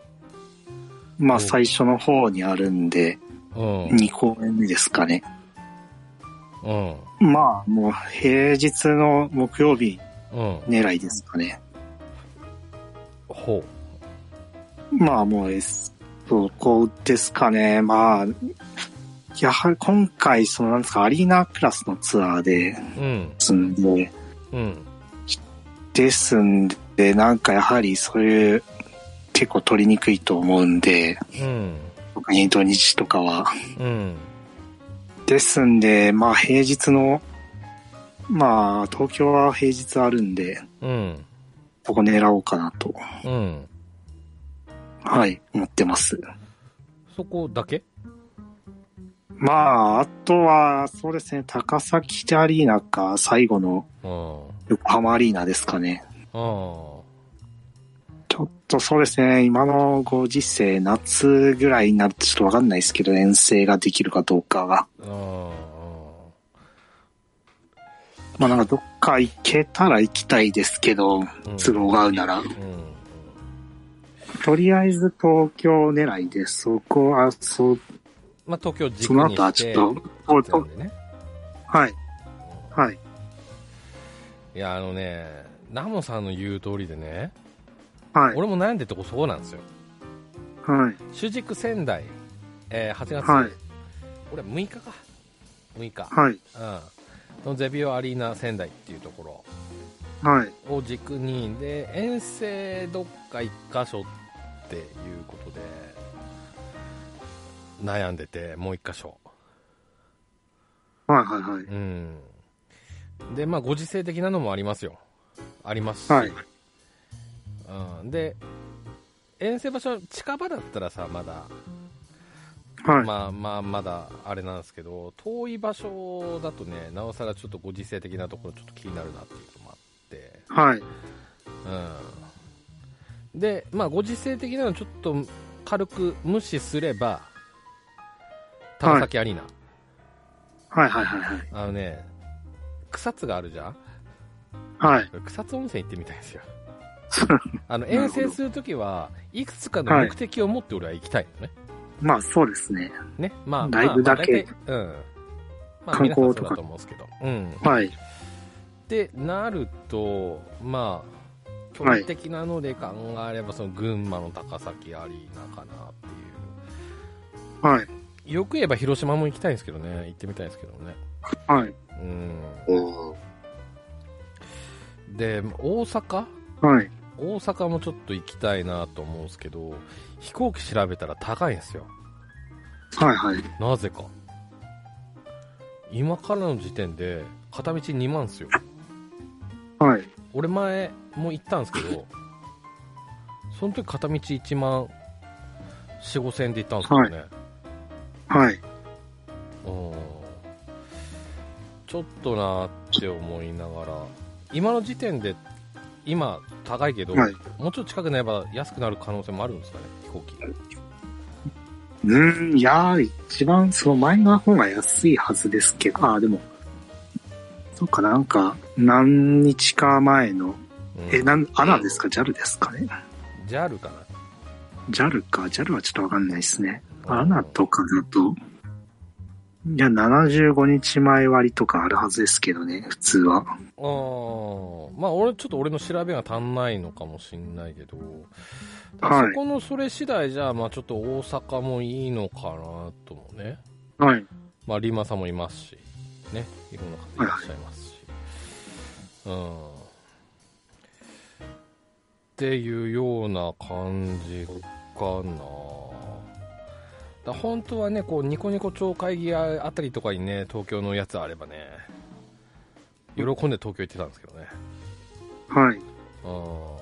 Speaker 2: ま
Speaker 1: お
Speaker 2: あ最初の方にあるんで、
Speaker 1: うん
Speaker 2: 2公演目ですかね。
Speaker 1: うん
Speaker 2: まあもう平日の木曜日
Speaker 1: うん、
Speaker 2: 狙いですかね。
Speaker 1: ほ
Speaker 2: まあもうです。そこですかね。まあ、やはり今回そのなんですか、アリーナプラスのツアーで
Speaker 1: ううん
Speaker 2: 積んで、
Speaker 1: うん
Speaker 2: ですんで、なんかやはりそういう、結構取りにくいと思うんで、
Speaker 1: うん
Speaker 2: 特に土日とかは。
Speaker 1: うん
Speaker 2: ですんで、まあ平日の、まあ東京は平日あるんで、
Speaker 1: うん
Speaker 2: そこ狙おうかなと、
Speaker 1: うん
Speaker 2: はい、思ってます。
Speaker 1: そこだけ
Speaker 2: まあ、あとは、そうですね、高崎アリーナか、最後の
Speaker 1: うん。あ
Speaker 2: 横浜アリーナですかね。
Speaker 1: あ。
Speaker 2: ちょっとそうですね、今のご時世、夏ぐらいになるとちょっとわかんないですけど、遠征ができるかどうかが。
Speaker 1: あ
Speaker 2: まあなんかどっか行けたら行きたいですけど、
Speaker 1: あ。
Speaker 2: 都合が合うなら。
Speaker 1: うん。
Speaker 2: とりあえず東京狙いで、そこは、そう、
Speaker 1: まあ、東京軸
Speaker 2: その
Speaker 1: にして
Speaker 2: 後はちょっと、
Speaker 1: な
Speaker 2: と
Speaker 1: んでね。
Speaker 2: はい、はい、
Speaker 1: いや、あのね、ナモさんの言う通りでね、
Speaker 2: はい、
Speaker 1: 俺も悩んでるとこそうなんですよ。
Speaker 2: はい、
Speaker 1: 主軸仙台、えー、8月、
Speaker 2: はい、
Speaker 1: 俺6日か。6日。
Speaker 2: はい、
Speaker 1: うん。のゼビオアリーナ仙台っていうところ
Speaker 2: はい、
Speaker 1: を軸に、で、遠征どっか一箇所っていうことで、悩んでて、もう一箇所。
Speaker 2: はい、はい、はい。
Speaker 1: うん。で、まあ、ご時世的なのもありますよ。ありますし。
Speaker 2: はい
Speaker 1: うん、で、遠征場所、近場だったらさ、まだ、
Speaker 2: はい。
Speaker 1: まあまあ、まだあれなんですけど、遠い場所だとね、なおさらちょっとご時世的なところ、ちょっと気になるなっていうのもあって、
Speaker 2: はい。
Speaker 1: うん。で、まあ、ご時世的なのちょっと軽く無視すれば、高崎アリーナ、
Speaker 2: はいはいはいはい。
Speaker 1: あのね、草津があるじゃん
Speaker 2: はい。。
Speaker 1: 草津温泉行ってみたいんですよあの
Speaker 2: な
Speaker 1: 遠
Speaker 2: るほど
Speaker 1: 征するときはいくつかの目的を持って俺は行きたいのね。
Speaker 2: まあそうですね。
Speaker 1: ね。まあ、
Speaker 2: ライブだけ
Speaker 1: まあまあ大体うん。まあ、
Speaker 2: 観
Speaker 1: 皆さん
Speaker 2: 光
Speaker 1: そ
Speaker 2: と
Speaker 1: う
Speaker 2: か
Speaker 1: だと思うんですけど。うん。
Speaker 2: はい。
Speaker 1: ってなると、まあ、距離的なので考えれば、その群馬の高崎アリーナかなってい
Speaker 2: はい。
Speaker 1: う。よく言えば広島も行きたいんですけどね。行ってみたいんですけどね。
Speaker 2: はい。
Speaker 1: うん。で、大阪
Speaker 2: はい。
Speaker 1: 大阪もちょっと行きたいなと思うんですけど、飛行機調べたら高いんですよ。
Speaker 2: はいはい。
Speaker 1: なぜか今からの時点で片道2万っすよ
Speaker 2: はい。
Speaker 1: 俺前も行ったんですけどその時片道1万4 5千円で行ったんですけどね、
Speaker 2: はい。
Speaker 1: うんちょっとなーって思いながら今の時点で今高いけど、
Speaker 2: はい
Speaker 1: もうちょっと近くなれば安くなる可能性もあるんですかね飛行機
Speaker 2: うーん、いやー、一番その前の方が安いはずですけど、ああ、でも、そっかなんか、何日か前の、
Speaker 1: うん
Speaker 2: え、なん、アナですか ?JAL ですかね
Speaker 1: JAL かな
Speaker 2: ?JAL か、JAL はちょっとわかんないですね。
Speaker 1: うん
Speaker 2: アナとかだと、いや、75日前割とかあるはずですけどね、普通は。
Speaker 1: あーまあ俺ちょっと俺の調べが足んないのかもしんないけど、
Speaker 2: はい
Speaker 1: そこのそれ次第じゃまあちょっと大阪もいいのかなともね
Speaker 2: はい。
Speaker 1: まあリーマンさんもいますしねいろんな方いらっしゃいますし、うんっていうような感じかなだ本当はねこうニコニコ町会議あたりとかにね東京のやつあればね喜んで東京行ってたんですけどね
Speaker 2: はい。
Speaker 1: うん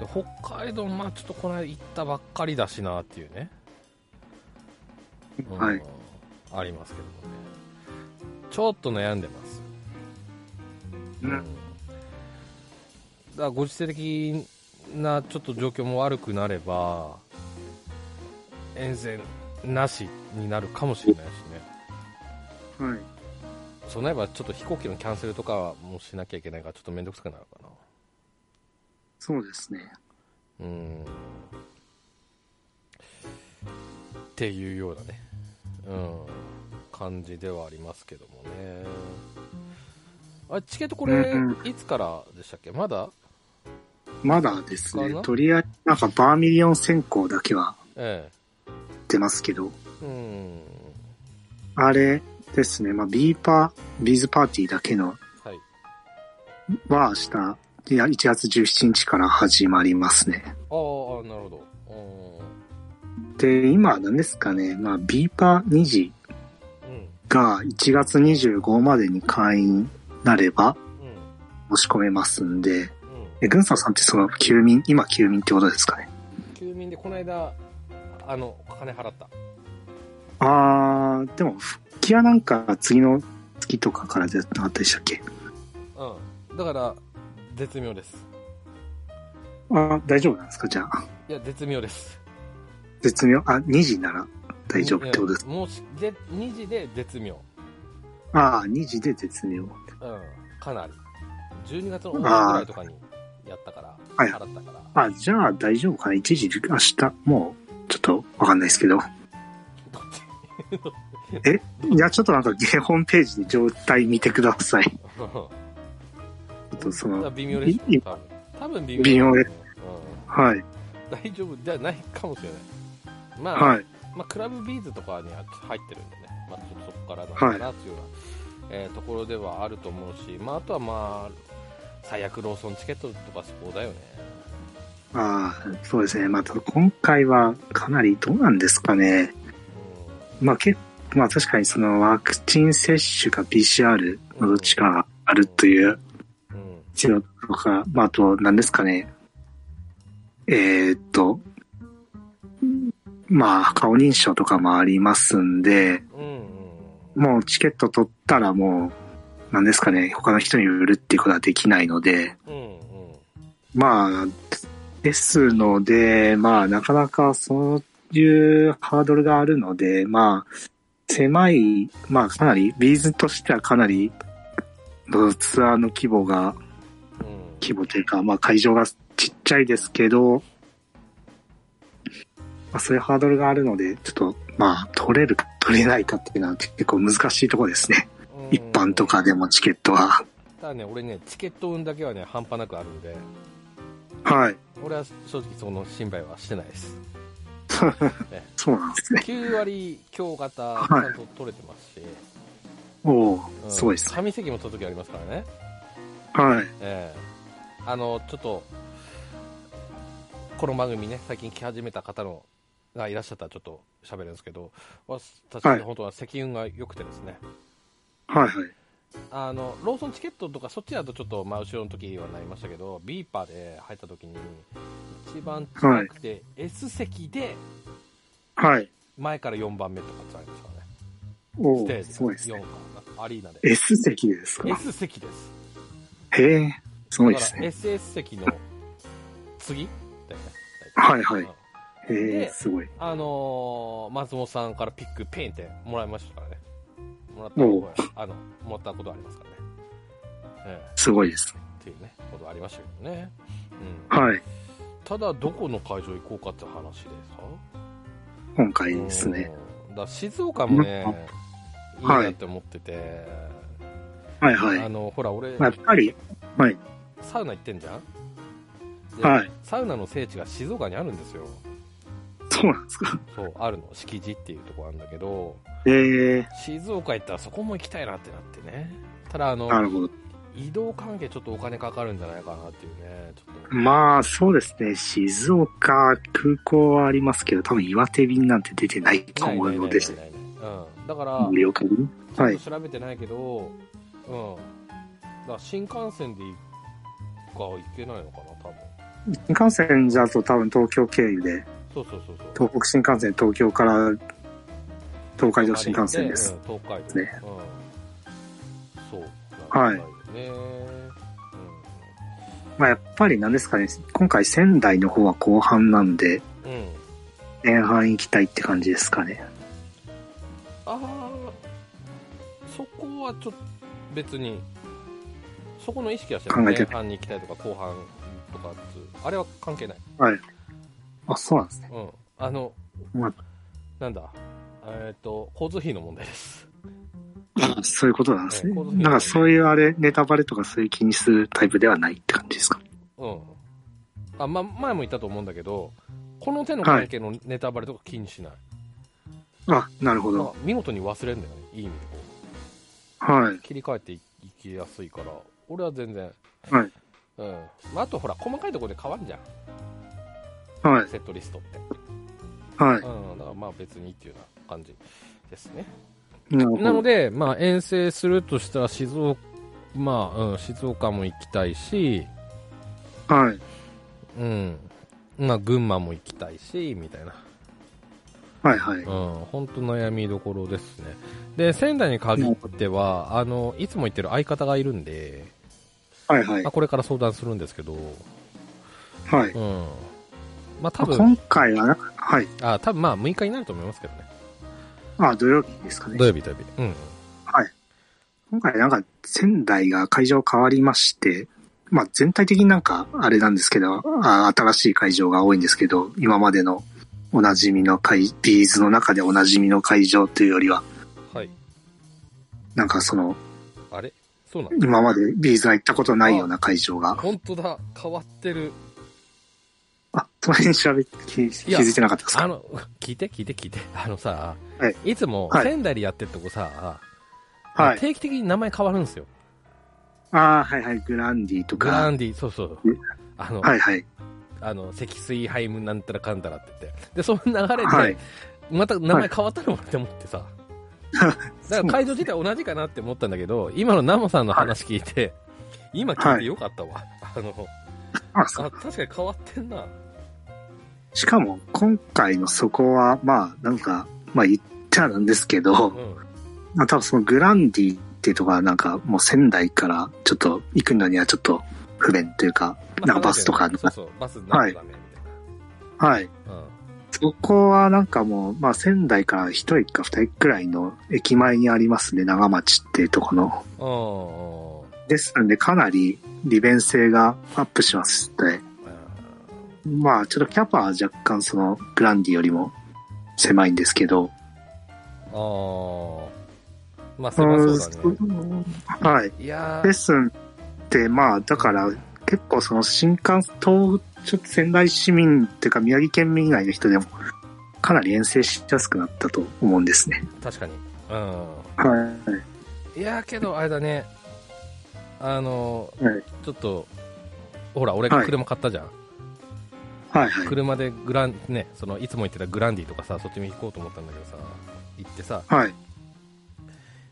Speaker 1: で北海道、まあ、ちょっとこの間行ったばっかりだしなっていうね、うん
Speaker 2: はい
Speaker 1: ありますけどもねちょっと悩んでます、
Speaker 2: うん
Speaker 1: だからご時世的なちょっと状況も悪くなれば遠征なしになるかもしれないしね
Speaker 2: はい。
Speaker 1: そうなればちょっと飛行機のキャンセルとかもしなきゃいけないからちょっと面倒くさくなるかな
Speaker 2: そうですね。
Speaker 1: うんっていうようなね、うん、感じではありますけどもね。あチケットこれ
Speaker 2: うん、
Speaker 1: いつからでしたっけまだ
Speaker 2: まだです
Speaker 1: か
Speaker 2: ね
Speaker 1: な。
Speaker 2: とりあえず、なんかバーミリオン選考だけは
Speaker 1: え
Speaker 2: 出ますけど、
Speaker 1: え。うん。
Speaker 2: あれですね、まあ、ビーパー、ビーズパーティーだけの
Speaker 1: はい。
Speaker 2: は明日、いや、1月17日から始まりますね。
Speaker 1: あーあー、なるほど。
Speaker 2: で、今何ですかね、まあ、ビーパー2時
Speaker 1: うん。うん。
Speaker 2: が1月25までに会員なれば
Speaker 1: うん。
Speaker 2: 申し込めますんで、
Speaker 1: う
Speaker 2: え、軍曹さんってその休眠、今休眠ってことですかね。
Speaker 1: ん。休眠でこの間、あの、金払った。
Speaker 2: あー、でも復帰はなんか次の月とかからじゃなかったでしたっけ
Speaker 1: うん。だから、絶妙です。
Speaker 2: あ、大丈夫なんですかじゃあ。
Speaker 1: いや、絶妙です。
Speaker 2: 絶妙。あ、2時なら大丈夫ってことです。
Speaker 1: いやもうし、で2時で絶妙。
Speaker 2: あー、2時で絶妙。
Speaker 1: うん、かなり。12月の終わりぐらいとかにやったから、
Speaker 2: はい
Speaker 1: 払った
Speaker 2: [laughs]
Speaker 1: から。
Speaker 2: あ、じゃあ大丈夫かな ?1 時、明日、もう、ちょっとわかんないですけど。
Speaker 1: どっち
Speaker 2: いや、ちょっとなんか、ホームページで状態見てください。ちょっとそ
Speaker 1: だから
Speaker 2: の、
Speaker 1: 微妙でし
Speaker 2: いい
Speaker 1: ょ、多分。多分微妙。
Speaker 2: 微妙で
Speaker 1: うん
Speaker 2: はい、
Speaker 1: 大丈夫じゃないかもしれない。まあ、
Speaker 2: はい、
Speaker 1: まあ、クラブビーズとかには入ってるんでね、まあ、ちょっとそこからなんかなっていうような、えーところではあると思うし、まあ、あとはまあ、最悪ローソンチケットとかそこだよね。
Speaker 2: ああ、そうですね。まあ、ただ今回はかなりどうなんですかね。まあ、けまあ、確かにそのワクチン接種か PCR のどっちかがあるという
Speaker 1: うん。うん。
Speaker 2: 一度とか、まあ、あと、何ですかね。えーっと、まあ、顔認証とかもありますんで、
Speaker 1: うんうん。
Speaker 2: もうチケット取ったらもう、何ですかね、他の人に売るっていうことはできないので、
Speaker 1: うんうん。
Speaker 2: まあ、ですので、まあ、なかなかそういうハードルがあるので、まあ、狭い、まあ、かなり、ビーズとしてはかなり、ツアーの規模が、
Speaker 1: うん。
Speaker 2: 規模というか、まあ、会場がちっちゃいですけど、まあ、そういうハードルがあるので、ちょっと、まあ、取れるか取れないかっていうのは結構難しいところですね。一般とかでもチケットは。
Speaker 1: ただね、俺ね、チケット運だけはね、半端なくあるんで、
Speaker 2: はい。
Speaker 1: 俺は正直その心配はしてない
Speaker 2: [laughs]
Speaker 1: です。
Speaker 2: そうなんですね。
Speaker 1: 9割強型、ち
Speaker 2: はい
Speaker 1: ゃんと取れてますし、
Speaker 2: おお、
Speaker 1: うん
Speaker 2: すごいですね。
Speaker 1: 紙席も届きありますからね。
Speaker 2: はい。
Speaker 1: ええあの、ちょっと、この番組ね、最近来始めた方の、がいらっしゃったらちょっと喋るんですけど、わ確かに本当は積運が良くてですね、
Speaker 2: はいはい。
Speaker 1: あのローソンチケットとかそっちだとちょっと真後ろの時はなりましたけどビーパーで入った時に一番近くて S 席で
Speaker 2: はい。
Speaker 1: 前から4番目とかってありましたか
Speaker 2: おお、
Speaker 1: ねス
Speaker 2: す
Speaker 1: テ
Speaker 2: ごい
Speaker 1: ー
Speaker 2: です
Speaker 1: ジが
Speaker 2: ね。
Speaker 1: 4かなアリーナで
Speaker 2: S 席ですか
Speaker 1: S 席です
Speaker 2: へえ、すご
Speaker 1: だ
Speaker 2: いです
Speaker 1: から
Speaker 2: ね。
Speaker 1: SS 席の次だよね
Speaker 2: はいは
Speaker 1: う
Speaker 2: い
Speaker 1: ん。
Speaker 2: へえ
Speaker 1: で、
Speaker 2: すごい。
Speaker 1: あのー松本さんからピックペンってもらいましたからねもらった
Speaker 2: おう
Speaker 1: ことあのもらったことありますからね、ええ
Speaker 2: すごいですね。
Speaker 1: っていうねことありましたけどねうん
Speaker 2: はい。
Speaker 1: ただどこの会場行こうかって話でさ
Speaker 2: 今回ですね。
Speaker 1: うんだから静岡もね、いいなって思ってて、
Speaker 2: はいは
Speaker 1: あ
Speaker 2: い。
Speaker 1: のほら俺、
Speaker 2: まあやっぱり、はい。
Speaker 1: サウナ行ってんじゃんで
Speaker 2: はい。
Speaker 1: サウナの聖地が静岡にあるんですよ
Speaker 2: そうなんですか。
Speaker 1: そうあるの敷地っていうとこあるんだけど
Speaker 2: ええ
Speaker 1: 静岡行ったらそこも行きたいなってなってねただあの
Speaker 2: なるほど。
Speaker 1: 移動関係ちょっとお金かかるんじゃないかなっていうねちょっと
Speaker 2: まあ、そうですね。静岡空港はありますけど、多分岩手便なんて出てないと思うので、
Speaker 1: ないないないないうん、だから
Speaker 2: 無料か便
Speaker 1: ちょ
Speaker 2: は
Speaker 1: っ
Speaker 2: い
Speaker 1: と。調べてないけど、うんだから新幹線で行くか行けないのかな多分
Speaker 2: 新幹線じゃと多分東京経由で、
Speaker 1: そうそうそうそう
Speaker 2: 東北新幹線、東京から東海道新幹線で
Speaker 1: う
Speaker 2: す
Speaker 1: ん。、東海道。
Speaker 2: ね
Speaker 1: うん。そう。
Speaker 2: はい
Speaker 1: なんだよね。
Speaker 2: まあ、やっぱりなんですかね、今回仙台の方は後半なんで、
Speaker 1: うん。うん。
Speaker 2: 前半行きたいって感じですかね。
Speaker 1: ああ、そこはちょっと別に、そこの意識はしてない
Speaker 2: 考えて
Speaker 1: 前半に行きたいとか後半とかっていうあれは関係ない。
Speaker 2: あ、そうなんですね。
Speaker 1: うん。あの、
Speaker 2: まあ
Speaker 1: なんだ。えっ、と、交通費の問題です。
Speaker 2: あ、そういうことなんですね
Speaker 1: ええ。
Speaker 2: なんかそういうあれ、ネタバレとかそういう気にするタイプではないって感じですか。
Speaker 1: うん。あ、ま、前も言ったと思うんだけど、この手の関係のネタバレとか気にしない。
Speaker 2: あ、なるほ
Speaker 1: なん
Speaker 2: ど。
Speaker 1: か見事に忘れるんだよね。いい意味でこう。
Speaker 2: はい。
Speaker 1: 切り替えていきやすいから俺は全然
Speaker 2: はい
Speaker 1: うんまあ、あとほら細かいところで変わるじゃん
Speaker 2: はい。
Speaker 1: セットリストって、
Speaker 2: は
Speaker 1: うん、だからまあ別にっていうような感じですね
Speaker 2: い。なるほ
Speaker 1: なの
Speaker 2: ど。
Speaker 1: で、まあ、遠征するとしたら静岡,、まあうん、静岡も行きたいし、
Speaker 2: はい。
Speaker 1: うんまあ、群馬も行きたいしみたいな、
Speaker 2: はいはい。
Speaker 1: うん、本当悩みどころですねで仙台に限ってはあのいつも行ってる相方がいるんで、
Speaker 2: はいはい
Speaker 1: まあ、。これから相談するんですけど、
Speaker 2: はい。
Speaker 1: うんまあ多
Speaker 2: あ
Speaker 1: 分、
Speaker 2: 今回はな、はい。
Speaker 1: あ多分まあ6日になると思いますけどね。
Speaker 2: あ、土曜日ですかね
Speaker 1: 土。曜日、土曜日。うん。
Speaker 2: はい。今回なんか仙台が会場変わりまして、まあ全体的になんかあれなんですけど、あ新しい会場が多いんですけど、今までのおなじみの会、ビーズの中でおなじみの会場というよりは、
Speaker 1: はい。
Speaker 2: なんかその、
Speaker 1: あれそうな
Speaker 2: 今までビーズが行ったことないような会場
Speaker 1: の
Speaker 2: が、
Speaker 1: 本当だ。変わってる。
Speaker 2: あ、その辺調べて気
Speaker 1: い
Speaker 2: 気
Speaker 1: や
Speaker 2: づいてなかったです
Speaker 1: あ
Speaker 2: か
Speaker 1: の、 [laughs] 聞いて聞いて聞いて。あのさ、、
Speaker 2: はい
Speaker 1: つも
Speaker 2: はい
Speaker 1: 仙台でやってるとこさ、
Speaker 2: はい。
Speaker 1: 定期的に名前変わるんですよ。
Speaker 2: ああ、はいはい、グランディと
Speaker 1: グラ
Speaker 2: か、
Speaker 1: ンディ、そうそう
Speaker 2: うん。
Speaker 1: あの、
Speaker 2: はいはい。
Speaker 1: あの、積水ハイムなんたらかんたらって言って。で、その流れで、
Speaker 2: はい
Speaker 1: また名前変わったのかなって思ってさ。だから会場自体同じかなって思ったんだけど、今のナモさんの話聞いて、今聞いてよかったわ。あの、
Speaker 2: あ、そう
Speaker 1: あ、確かに変わってんな。
Speaker 2: しかも今回のそこは、まあなんか、まあ言っちゃなんですけど、
Speaker 1: うん。
Speaker 2: まあ、多分そのグランディっていうとこはなんかもう仙台からちょっと行くのにはちょっと不便というか、なんかバスとか
Speaker 1: そうそう、バスなんとかね、
Speaker 2: はい。
Speaker 1: みたいな。うん。
Speaker 2: そこはなんかもう、まあ仙台から一駅か二駅くらいの駅前にありますね、長町っていうとこの。
Speaker 1: うんうん
Speaker 2: ですのでかなり利便性がアップしますね。まあちょっとキャパは若干そのグランディよりも狭いんですけど。
Speaker 1: あーまあ、狭そうだね。
Speaker 2: はい。
Speaker 1: いや
Speaker 2: レ
Speaker 1: ー、
Speaker 2: ッスンって、まあ、だから、結構その新幹線、東、ちょっと仙台市民っていうか宮城県民以外の人でも、かなり遠征しやすくなったと思うんですね。
Speaker 1: 確かに。うん。
Speaker 2: はい
Speaker 1: やーけど、あれだね。あの、
Speaker 2: はい
Speaker 1: ちょっと、ほら、俺
Speaker 2: はい
Speaker 1: 車買ったじゃん。
Speaker 2: い。はいはい。
Speaker 1: 車でグラン、ね、その、いつも行ってたグランディとかさ、そっちに行こうと思ったんだけどさ、行ってさ、
Speaker 2: はい。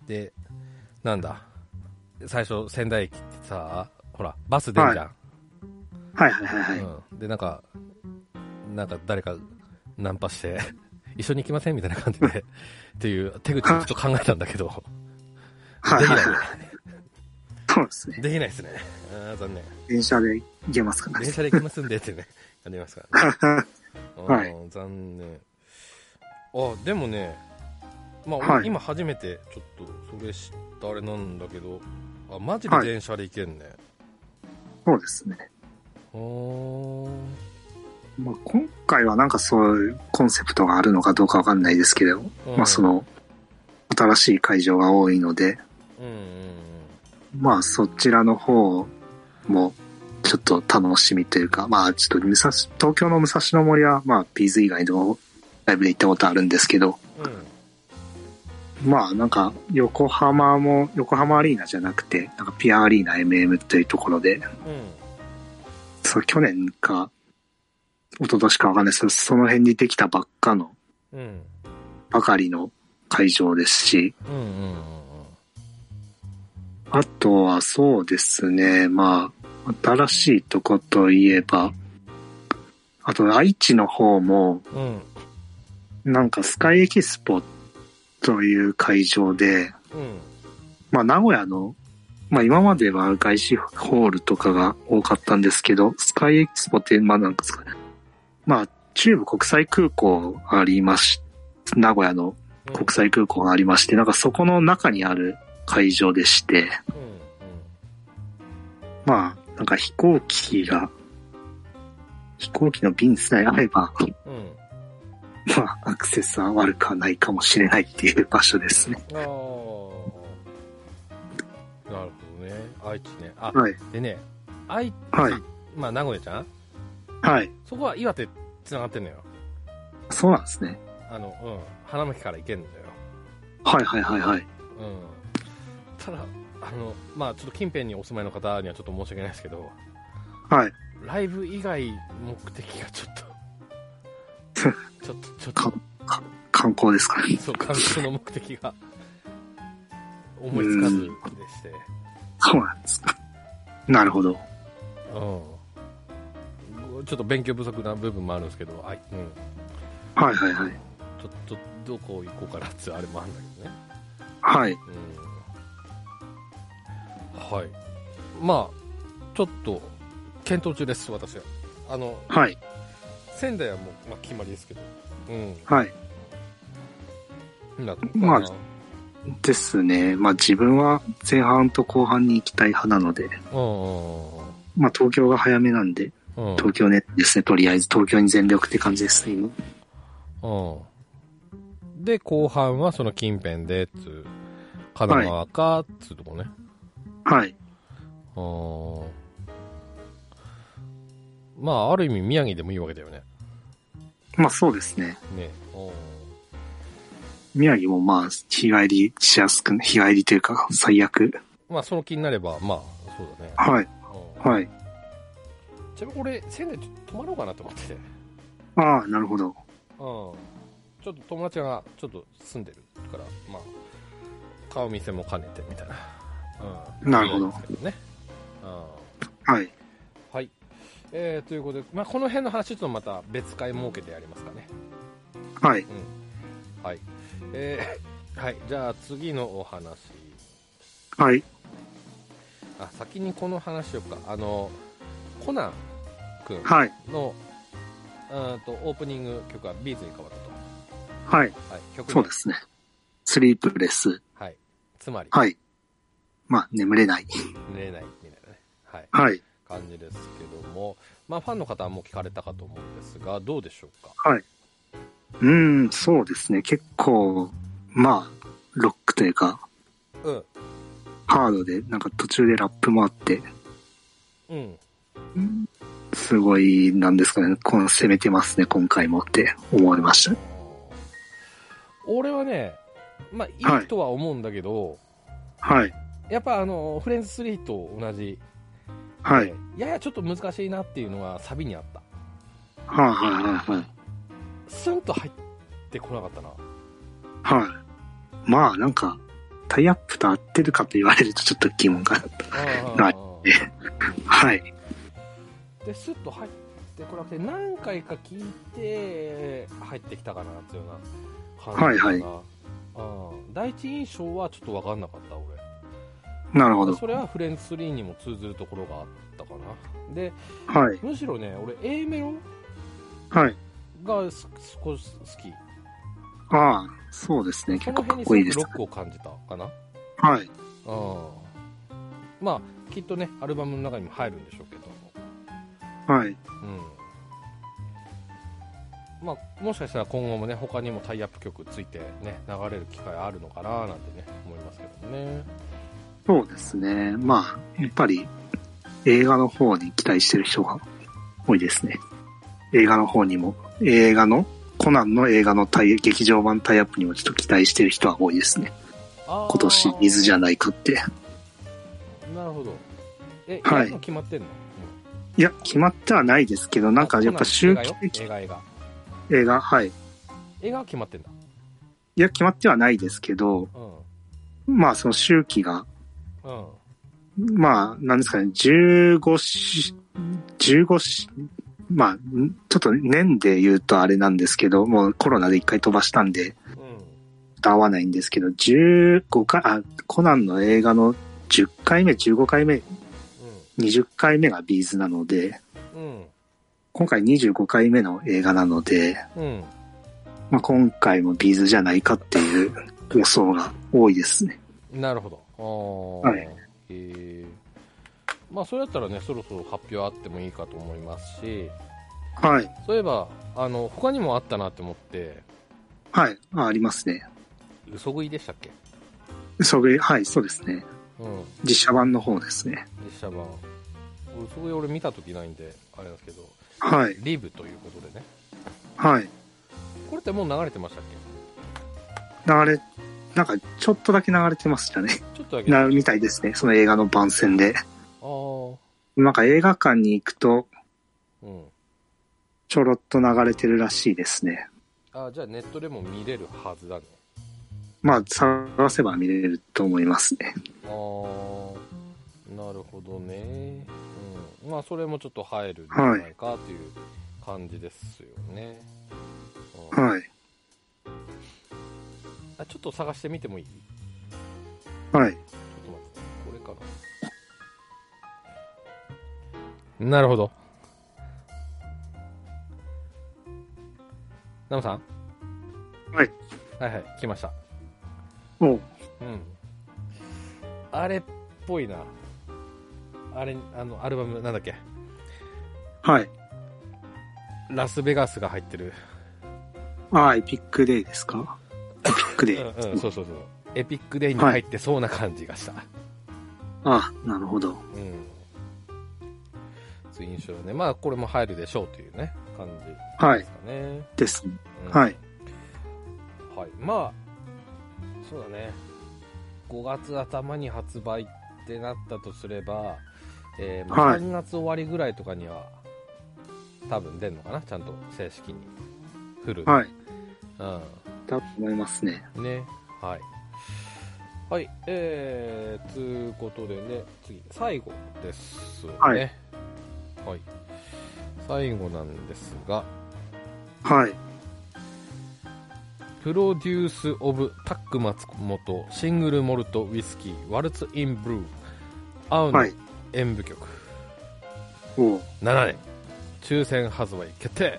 Speaker 1: で、なんだ、最初、仙台駅ってさ、ほら、バス出るじゃん。
Speaker 2: はいはいはいはい。
Speaker 1: うん、でなんかなんか誰かナンパして [laughs] 一緒に行きませんみたいな感じでっていう手口をちょっと考えたんだけど
Speaker 2: はい
Speaker 1: でき
Speaker 2: は
Speaker 1: ないい
Speaker 2: はい。そうですね。
Speaker 1: できないですねあー残
Speaker 2: [laughs]
Speaker 1: 念
Speaker 2: 電車で行けますか
Speaker 1: 電
Speaker 2: ね。
Speaker 1: 車で行きますんでってねやりますからねうん
Speaker 2: はい
Speaker 1: 残念あでもね、まあ俺
Speaker 2: はい
Speaker 1: 今初めてちょっとそれ知ったあれなんだけどあマジで電車で行けんね、
Speaker 2: [laughs] そうですね。
Speaker 1: おー
Speaker 2: まあ、今回はなんかそういうコンセプトがあるのかどうかわかんないですけど、
Speaker 1: うん
Speaker 2: まあその、新しい会場が多いので、
Speaker 1: うんうん
Speaker 2: まあそちらの方もちょっと楽しみというか、まあちょっと武蔵、東京の武蔵野森はまあビーズ以外のライブで行ったことあるんですけど、
Speaker 1: うんうん
Speaker 2: まあなんか横浜も、横浜アリーナじゃなくて、なんかピアアリーナ MM というところで、そう去年か、一昨年かわかんないですけど、その辺にできたばっかの、
Speaker 1: うんうん
Speaker 2: ばかりの会場ですし、
Speaker 1: うんうんうん
Speaker 2: あとはそうですね、まあ、新しいとこといえば、あと愛知の方も、
Speaker 1: うんうん
Speaker 2: なんかスカイエキスポという会場で、
Speaker 1: うん
Speaker 2: まあ名古屋の、まあ今までは外資ホールとかが多かったんですけど、スカイエキスポって、まあなんかですかね、まあ中部国際空港がありまし、名古屋の国際空港がありまして、なんかそこの中にある会場でして、
Speaker 1: うん
Speaker 2: まあ、なんか飛行機が、飛行機の便さえあれば、
Speaker 1: うんうん
Speaker 2: まあ、アクセスは悪くはないかもしれないっていう場所ですね。
Speaker 1: ああなるほどね愛知ねあ
Speaker 2: はい。
Speaker 1: でね愛知、
Speaker 2: はい
Speaker 1: まあ名古屋じゃん
Speaker 2: はい。
Speaker 1: そこは岩手つながってんのよ
Speaker 2: そうなんですね。
Speaker 1: あのうん花巻から行けんのよ
Speaker 2: はいはいはいはい。
Speaker 1: うんただあのまあちょっと近辺にお住まいの方にはちょっと申し訳ないですけど
Speaker 2: はい。
Speaker 1: ライブ以外目的がちょっとちょっとちょっと
Speaker 2: かか観光ですからね。
Speaker 1: そう、観光の目的が思いつかずでして。
Speaker 2: そうなんですか。なるほど。
Speaker 1: うん。ちょっと勉強不足な部分もあるんですけど、あいうん、
Speaker 2: はいはいはい。
Speaker 1: ちょっとどこ行こうかなっていうあれもあるんだけどね。
Speaker 2: はい。
Speaker 1: うん。はい。まあ、ちょっと、検討中です、私は。あの、
Speaker 2: はい。
Speaker 1: 仙台はもう、まあ、決まりですけど。う
Speaker 2: はい。
Speaker 1: ん。なん
Speaker 2: まあですね。まあ自分は前半と後半に行きたい派なので、
Speaker 1: うんうん
Speaker 2: まあ東京が早めなんで、
Speaker 1: うん。うん。
Speaker 2: 東京ねですね。とりあえず東京に全力って感じです、今。
Speaker 1: うん。で、後半はその近辺で、つう、神奈川か、つうとこね。
Speaker 2: はい。
Speaker 1: うん。まあ、ある意味宮城でもいいわけだよね。
Speaker 2: まあそうですね。
Speaker 1: ね。うん
Speaker 2: 宮城もまあ、日帰りしやすく、日帰りというか、最悪。
Speaker 1: まあ、その気になれば、まあ、そうだね。
Speaker 2: はい、
Speaker 1: うん
Speaker 2: はい。
Speaker 1: ちなみに俺、仙台ちょっと泊まろうかなと思ってて。うん。
Speaker 2: ああ、なるほど。
Speaker 1: ちょっと友達がちょっと住んでるから、まあ、顔見せも兼ねてみたいな。うん。
Speaker 2: なるほど
Speaker 1: いいですけね。うん。
Speaker 2: はい。
Speaker 1: はい。えーということで、まあ、この辺の話ちょっとまた別会設けてやりますかね。
Speaker 2: はい。
Speaker 1: はい。えーはい。じゃあ次のお話。
Speaker 2: はい。
Speaker 1: あ、先にこの話しようか。あの、コナンくん
Speaker 2: はい。
Speaker 1: の、うーんと、オープニング曲はビーズに変わった
Speaker 2: はい。
Speaker 1: と。はい。曲名
Speaker 2: そうで。すね。スリープレス。
Speaker 1: はい。つまり、
Speaker 2: はい。まあ、眠れない。
Speaker 1: 寝れないみたいなね。はい。
Speaker 2: はい。
Speaker 1: 感じですけども、まあ、ファンの方はもう聞かれたかと思うんですが、どうでしょうか。
Speaker 2: うーん、そうですね。結構、まあ、ロックというか、
Speaker 1: うん。
Speaker 2: ハードで、なんか途中でラップもあって、
Speaker 1: うん。
Speaker 2: すごい、なんですかね。この攻めてますね、今回もって思いました。
Speaker 1: 俺はね、まあ、いいとは思うんだけど、
Speaker 2: はい。
Speaker 1: やっぱあのフレンズ3と同じ、
Speaker 2: はい。
Speaker 1: ややちょっと難しいなっていうのはサビにあった
Speaker 2: はい、はい、はい、はい。
Speaker 1: スンと入ってこなかったな
Speaker 2: はい。まあ、なんか、タイアップと合ってるかと言われるとちょっと疑問があった。はいはい。
Speaker 1: でスッと入ってこなくて何回か聞いて入ってきたかなっていうような感じかな、
Speaker 2: はい
Speaker 1: うん第一印象はちょっと分かんなかった俺
Speaker 2: なるほど。
Speaker 1: それはフレンズ3にも通ずるところがあったかなで
Speaker 2: はい。
Speaker 1: むしろね俺 A メロ
Speaker 2: はい。
Speaker 1: がす少し好き
Speaker 2: ああ、そうですね。
Speaker 1: そ
Speaker 2: 結
Speaker 1: の
Speaker 2: 構か
Speaker 1: 辺
Speaker 2: っ
Speaker 1: に
Speaker 2: こいいです
Speaker 1: ご
Speaker 2: す
Speaker 1: く。ロックを感じたかな
Speaker 2: はい。
Speaker 1: うんまあきっとねアルバムの中にも入るんでしょうけど
Speaker 2: はい。
Speaker 1: うんまあ、もしかしたら今後もね他にもタイアップ曲ついてね流れる機会あるのかななんてね思いますけどね
Speaker 2: そうですね。まあ、やっぱり映画の方に期待してる人が多いですね。映画の方にも、映画の、コナンの映画のタイ劇場版タイアップにもちょっと期待してる人は多いですね。
Speaker 1: 今
Speaker 2: 今年水じゃ
Speaker 1: ん
Speaker 2: ないかって。
Speaker 1: なるほどえ、
Speaker 2: はい
Speaker 1: やるの決まってんの
Speaker 2: いや、決まってはないですけど、なんかやっぱ
Speaker 1: 週
Speaker 2: 周
Speaker 1: 映画
Speaker 2: 期
Speaker 1: よ
Speaker 2: 的
Speaker 1: 映画映画
Speaker 2: 映画、はい。い
Speaker 1: 映画は決まってんだ
Speaker 2: や、決まってはないですけど、
Speaker 1: うん
Speaker 2: まあその周期が、
Speaker 1: うん
Speaker 2: まあ、なんですかね、15し、15し、まあ、んちょっと年で言うとあれなんですけど、もうコロナで一回飛ばしたんで、
Speaker 1: うん
Speaker 2: 合わないんですけど、15回、あ、コナンの映画の10回目、15回目、20回目がビーズなので、
Speaker 1: うん
Speaker 2: 今回25回目の映画なので、
Speaker 1: うんうん
Speaker 2: まあ、今回もビーズじゃないかっていう予想が多いですね。
Speaker 1: なるほど。あ
Speaker 2: は
Speaker 1: ー
Speaker 2: い
Speaker 1: えーまあ、それだったらね、そろそろ発表あってもいいかと思いますし、
Speaker 2: はい。
Speaker 1: そういえば、あの、他にもあったなって思って、
Speaker 2: はい。あ、ありますね。
Speaker 1: 嘘食いでしたっけ
Speaker 2: それ、はい、そうですね。
Speaker 1: うん、
Speaker 2: 実写版の方ですね。
Speaker 1: 実写版。嘘食い俺見た時ないんで、あれなんですけど、
Speaker 2: はい。
Speaker 1: リブということでね。
Speaker 2: はい。
Speaker 1: これってもう流れてましたっけ
Speaker 2: 流れ、なんか、ちょっとだけ流れてましたね。 [laughs]
Speaker 1: ちょっとだけ。あ
Speaker 2: な、みたいですね。その映画の番宣で。
Speaker 1: あー、
Speaker 2: なんか映画館に行くと、
Speaker 1: うん。
Speaker 2: ちょろっと流れてるらしいですね。
Speaker 1: あーじゃあネットでも見れるはずだね。
Speaker 2: まあ、探せば見れると思いますね。
Speaker 1: ああなるほどね、うん、まあそれもちょっと入るんじゃないかという感じですよね、うん
Speaker 2: はい。
Speaker 1: あちょっと探してみてもいいちょ
Speaker 2: は
Speaker 1: っ
Speaker 2: い。
Speaker 1: と待ってこれかななるほどナムさん
Speaker 2: はい
Speaker 1: はいはい来ました
Speaker 2: お
Speaker 1: うんあれっぽいなあれあのアルバムなんだっけ
Speaker 2: はい。
Speaker 1: ラスベガスが入ってる。
Speaker 2: ああ、エピックデイですかエピック
Speaker 1: う
Speaker 2: デイ。
Speaker 1: んうん、そうそうそう。エピックデイに入ってそうな感じがした。
Speaker 2: ああ、なるほど。
Speaker 1: うん。そういう印象ね。まあ、これも入るでしょうというね、感じ
Speaker 2: は
Speaker 1: で
Speaker 2: い
Speaker 1: す。かね。
Speaker 2: ですね。
Speaker 1: うん
Speaker 2: はい。。
Speaker 1: はい。まあ、そうだね。5月頭に発売ってなったとすれば、えーまあ
Speaker 2: はい
Speaker 1: 3月終わりぐらいとかには、多分出んのかなちゃんと正式に。フルで。
Speaker 2: はい。
Speaker 1: うん。
Speaker 2: だと思いますね。
Speaker 1: ねはいはいえー、つうことでね次最後ですね
Speaker 2: はい
Speaker 1: はい最後なんですが
Speaker 2: はい。
Speaker 1: プロデュース・オブ・タック松本シングル・モルト・ウィスキーワルツ・イン・ブルー青の
Speaker 2: はい。
Speaker 1: 演舞曲、
Speaker 2: おう
Speaker 1: 7年抽選発売決定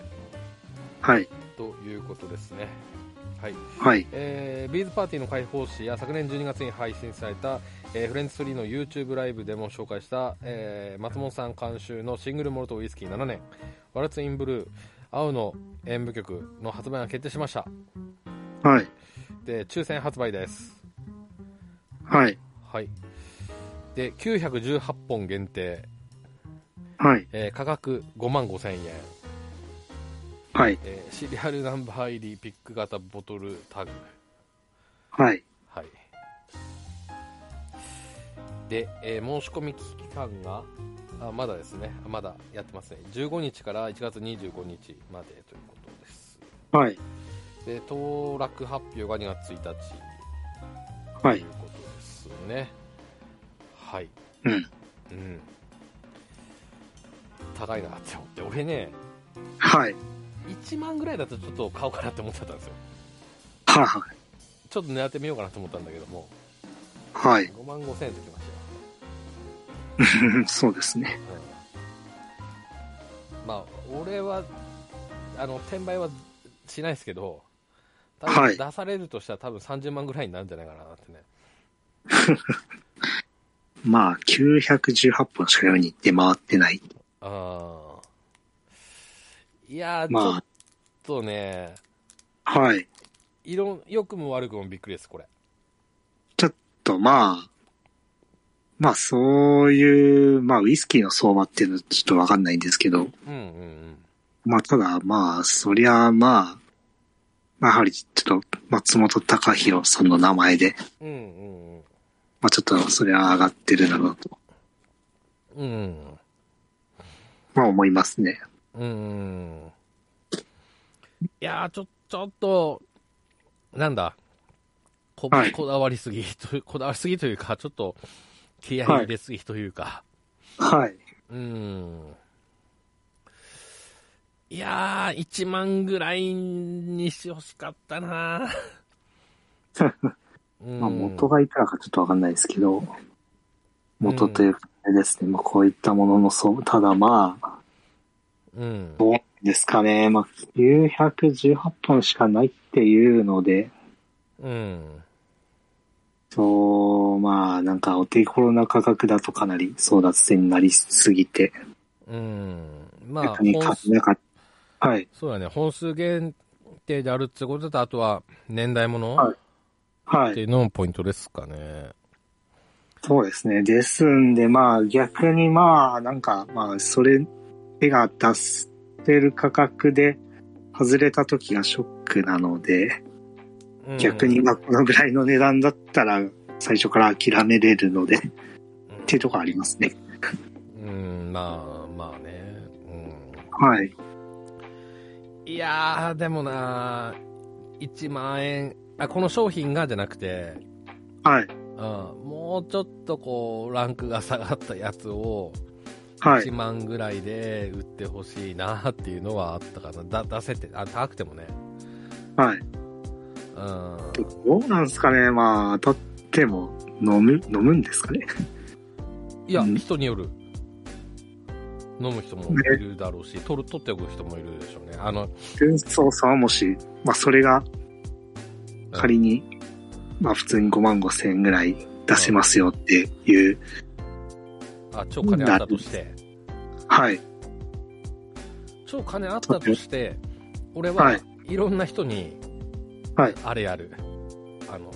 Speaker 2: はい。
Speaker 1: ということですねはい
Speaker 2: はい。
Speaker 1: えービーズパーティーの開放誌や昨年12月に配信された、えーフレンズ3の YouTube ライブでも紹介した、えー松本さん監修のシングルモルトウイスキー7年ワルツインブルー青の演舞曲の発売が決定しました
Speaker 2: はい。
Speaker 1: で抽選発売です
Speaker 2: はい。
Speaker 1: はいで918本限定、
Speaker 2: はい。
Speaker 1: えー価格5万5000円、
Speaker 2: はい。
Speaker 1: えーシリアルナンバー入りピック型ボトルタグ
Speaker 2: はい。
Speaker 1: はい。で、えー申し込み期間が、あまだですね、あまだやってますね、15日から1月25日までということです。
Speaker 2: はい。
Speaker 1: で、当落発表が2月1日と。
Speaker 2: はいいう
Speaker 1: ことですね。はい。
Speaker 2: うん。
Speaker 1: うん。高いなって思って、俺ね、
Speaker 2: はい。
Speaker 1: 1万ぐらいだとちょっと買おうかなって思っちゃったんですよ。
Speaker 2: はは。
Speaker 1: ちょっと狙ってみようかなと思ったんだけども、
Speaker 2: はい。
Speaker 1: 5万5千円ときましたよ。
Speaker 2: そうですね。
Speaker 1: うんまあ俺はあの転売はしないですけど多
Speaker 2: は
Speaker 1: 分
Speaker 2: い
Speaker 1: 出されるとしたら多分30万ぐらいになるんじゃないかなってね、
Speaker 2: まあ、918本しか世に出回ってない。
Speaker 1: ああいやーちょ
Speaker 2: まあ
Speaker 1: っとね、
Speaker 2: はい。
Speaker 1: いろん、良くも悪くもびっくりです、これ。
Speaker 2: ちょっと、まあ、まあ、そういう、まあ、ウイスキーの相場っていうのはちょっとわかんないんですけど、
Speaker 1: うんうんうん。
Speaker 2: まあ、ただ、まあ、そりゃ、まあ、まあ、やはり、ちょっと、松本隆弘さんの名前で、
Speaker 1: うんうんうん。
Speaker 2: まあ、ちょっと、そりゃ上がってるだろうと、
Speaker 1: うん。
Speaker 2: まあ、思いますね。
Speaker 1: うん。いやー、ちょ、ちょっと、なんだ、こ,、
Speaker 2: はい
Speaker 1: こだわりすぎという、 [laughs] こだわりすぎというか、ちょっと、気合い入れすぎというか、
Speaker 2: はい。
Speaker 1: うん。いやー、1万ぐらいにしてほしかったなうん
Speaker 2: まあ、元がいくらかちょっとわかんないですけど、元というか、あれですね、まあ、こういったものの相場、ただまあ、
Speaker 1: うん。
Speaker 2: どうですかね、まあ、918本しかないっていうので、
Speaker 1: うん。
Speaker 2: そう、まあ、なんか、お手頃な価格だとかなり争奪戦になりすぎて、
Speaker 1: うん。まあ、
Speaker 2: 逆に買えなかった。はい、
Speaker 1: そうだね、本数限定であるってことと、あとは年代もの、
Speaker 2: はいは
Speaker 1: っ
Speaker 2: い
Speaker 1: て。いうのもポイントですかね。
Speaker 2: そうですね。ですんで、まあ逆にまあ、なんか、まあ、それ、手が出せる価格で外れた時がショックなので、
Speaker 1: うん
Speaker 2: 逆にまあ、このぐらいの値段だったら、最初から諦めれるので、 [laughs] っていうところありますね。
Speaker 1: うん、まあ、まあね。
Speaker 2: はい。
Speaker 1: うん、いやー、でもなー、1万円、あ、この商品がじゃなくて、
Speaker 2: はい。
Speaker 1: うん、もうちょっとこう、ランクが下がったやつを、
Speaker 2: は
Speaker 1: 1
Speaker 2: い。
Speaker 1: 万ぐらいで売ってほしいなっていうのはあったかな。だ出せて、あ、高くてもね。
Speaker 2: はい。
Speaker 1: うん。
Speaker 2: どうなんですかね。まあ、当たっても、飲む、飲むんですかね。
Speaker 1: いや、
Speaker 2: うん
Speaker 1: 人による。飲む人もいるだろうし、取る、取っておく人もいるでしょうね。あの、
Speaker 2: 運送さんはもし、まあ、それが、仮に、まあ、普通に5万5千円ぐらい出せますよっていう、
Speaker 1: あ、超金あったとして。
Speaker 2: はい。
Speaker 1: 超金あったとして、俺
Speaker 2: は
Speaker 1: はいいろんな人に、
Speaker 2: はい
Speaker 1: あれやる。あの、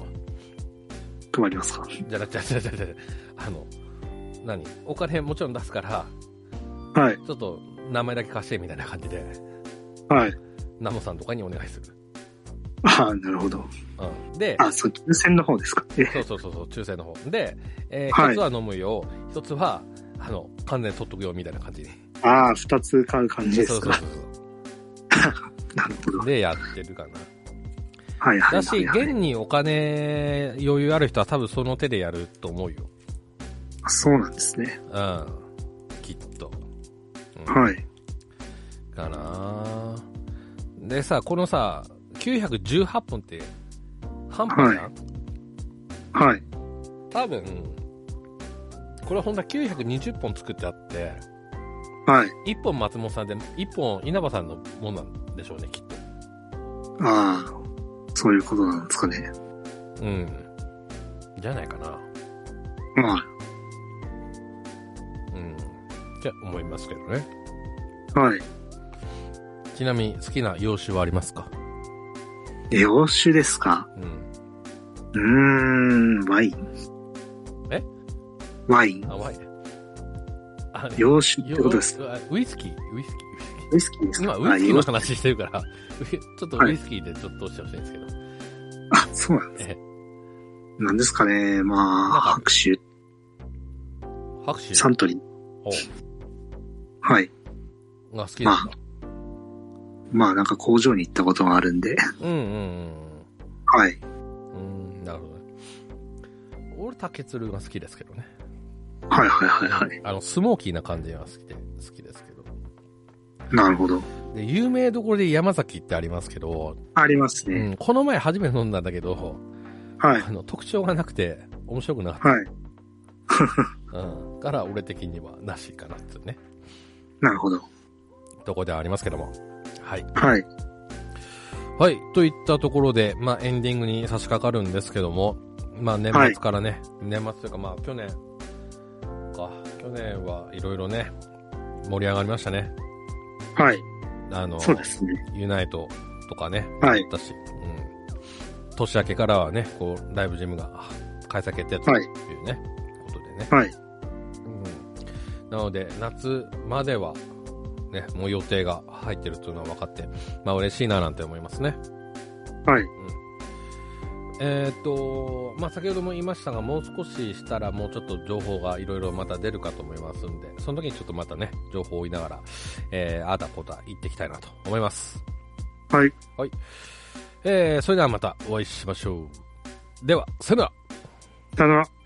Speaker 2: 配りますか。
Speaker 1: じゃなじゃじゃじゃじゃあの、何お金もちろん出すから、
Speaker 2: はい。
Speaker 1: ちょっと名前だけ貸してみたいな感じで、
Speaker 2: はい。
Speaker 1: ナモさんとかにお願いする。
Speaker 2: ああ、なるほど。
Speaker 1: うん。で、
Speaker 2: あ、そう、抽選の方ですか。え
Speaker 1: そうそうそうそう、抽選の方。で、えー
Speaker 2: はい
Speaker 1: 一つは飲むよ、一つは、あの、完全に取っとくよみたいな感じに。
Speaker 2: ああ、二つ買う感じで
Speaker 1: そうそ
Speaker 2: す
Speaker 1: う
Speaker 2: か。
Speaker 1: そう
Speaker 2: なるほど
Speaker 1: そう。。で、やってるかな。
Speaker 2: はいはい
Speaker 1: だ
Speaker 2: は
Speaker 1: し、
Speaker 2: いはい。
Speaker 1: 現にお金余裕ある人は多分その手でやると思うよ。
Speaker 2: そうなんですね。
Speaker 1: うん。きっと。うん
Speaker 2: はい。
Speaker 1: かなでさ、このさ、918本って、半端じゃん、
Speaker 2: はい。
Speaker 1: 多分、これほんとは920本作ってあって、
Speaker 2: はい。
Speaker 1: 1本松本さんで、1本稲葉さんのもんなんでしょうね、きっ
Speaker 2: ああ、そういうことなんですかね。
Speaker 1: と。うん。じゃないかな。
Speaker 2: まあ、
Speaker 1: うん。って思いますけどね。
Speaker 2: はい。
Speaker 1: ちなみに好きな洋酒はありますか
Speaker 2: え洋酒ですか
Speaker 1: うん。
Speaker 2: うーん、ワイン。
Speaker 1: え
Speaker 2: ワイン。
Speaker 1: あ、ワイン。あ
Speaker 2: 洋酒ってことです。
Speaker 1: よウイスキーウイスキーウイスキー
Speaker 2: ウイスキーです
Speaker 1: 今、
Speaker 2: か
Speaker 1: ウイスキーの
Speaker 2: あ洋
Speaker 1: 話してるから、 [laughs] ウイちょっとウイスキーでちょっとしてほしいんですけど。
Speaker 2: あ、そうなんです
Speaker 1: え
Speaker 2: ね。なんですかね、ま
Speaker 1: なんか
Speaker 2: あ、拍手、
Speaker 1: 拍手
Speaker 2: サントリー。はい。
Speaker 1: が好きですか、
Speaker 2: まあ、なんか工場に行ったことがあるんで。
Speaker 1: うんうん
Speaker 2: はい。
Speaker 1: うん。うん、なるほどね。俺、竹鶴が好きですけどね。
Speaker 2: はいはいはいはい。
Speaker 1: あの、スモーキーな感じが好きで、好きですけど。
Speaker 2: なるほど。
Speaker 1: で、有名どころで山崎ってありますけど、
Speaker 2: あります
Speaker 1: う
Speaker 2: ね。
Speaker 1: ん、この前初めて飲んだんだけど、
Speaker 2: はい
Speaker 1: あ。の、特徴がなくて、面白くなかっ
Speaker 2: はい。
Speaker 1: た。うん。から、俺的にはなしかなっていうね、
Speaker 2: なるほど。
Speaker 1: とこではありますけども。はい。
Speaker 2: はい。
Speaker 1: はい。といったところで、まあ、エンディングに差し掛かるんですけども、まあ、年末からね、年末というか、まあ、去年か、去年はいろいろね、盛り上がりましたね。
Speaker 2: はい。
Speaker 1: あの、
Speaker 2: そうですね。
Speaker 1: ユナイトとかね、
Speaker 2: はい
Speaker 1: だし、うん。年明けからはね、こう、ライブジムがあ開催決定と
Speaker 2: はい
Speaker 1: いうね、ことでね。
Speaker 2: はい。
Speaker 1: うん。なので、夏までは、ね、もう予定が入ってるというのは分かって、まあ嬉しいななんて思いますね。
Speaker 2: はい。
Speaker 1: えっ、と、まあ、先ほども言いましたが、もう少ししたら、もうちょっと情報がいろいろまた出るかと思いますんで、その時にちょっとまたね、情報を追いながら、えー、あーだこーだ言っていきたいなと思います。
Speaker 2: はい。
Speaker 1: えー、それではまたお会いしましょう。では、さよなら
Speaker 2: ただ、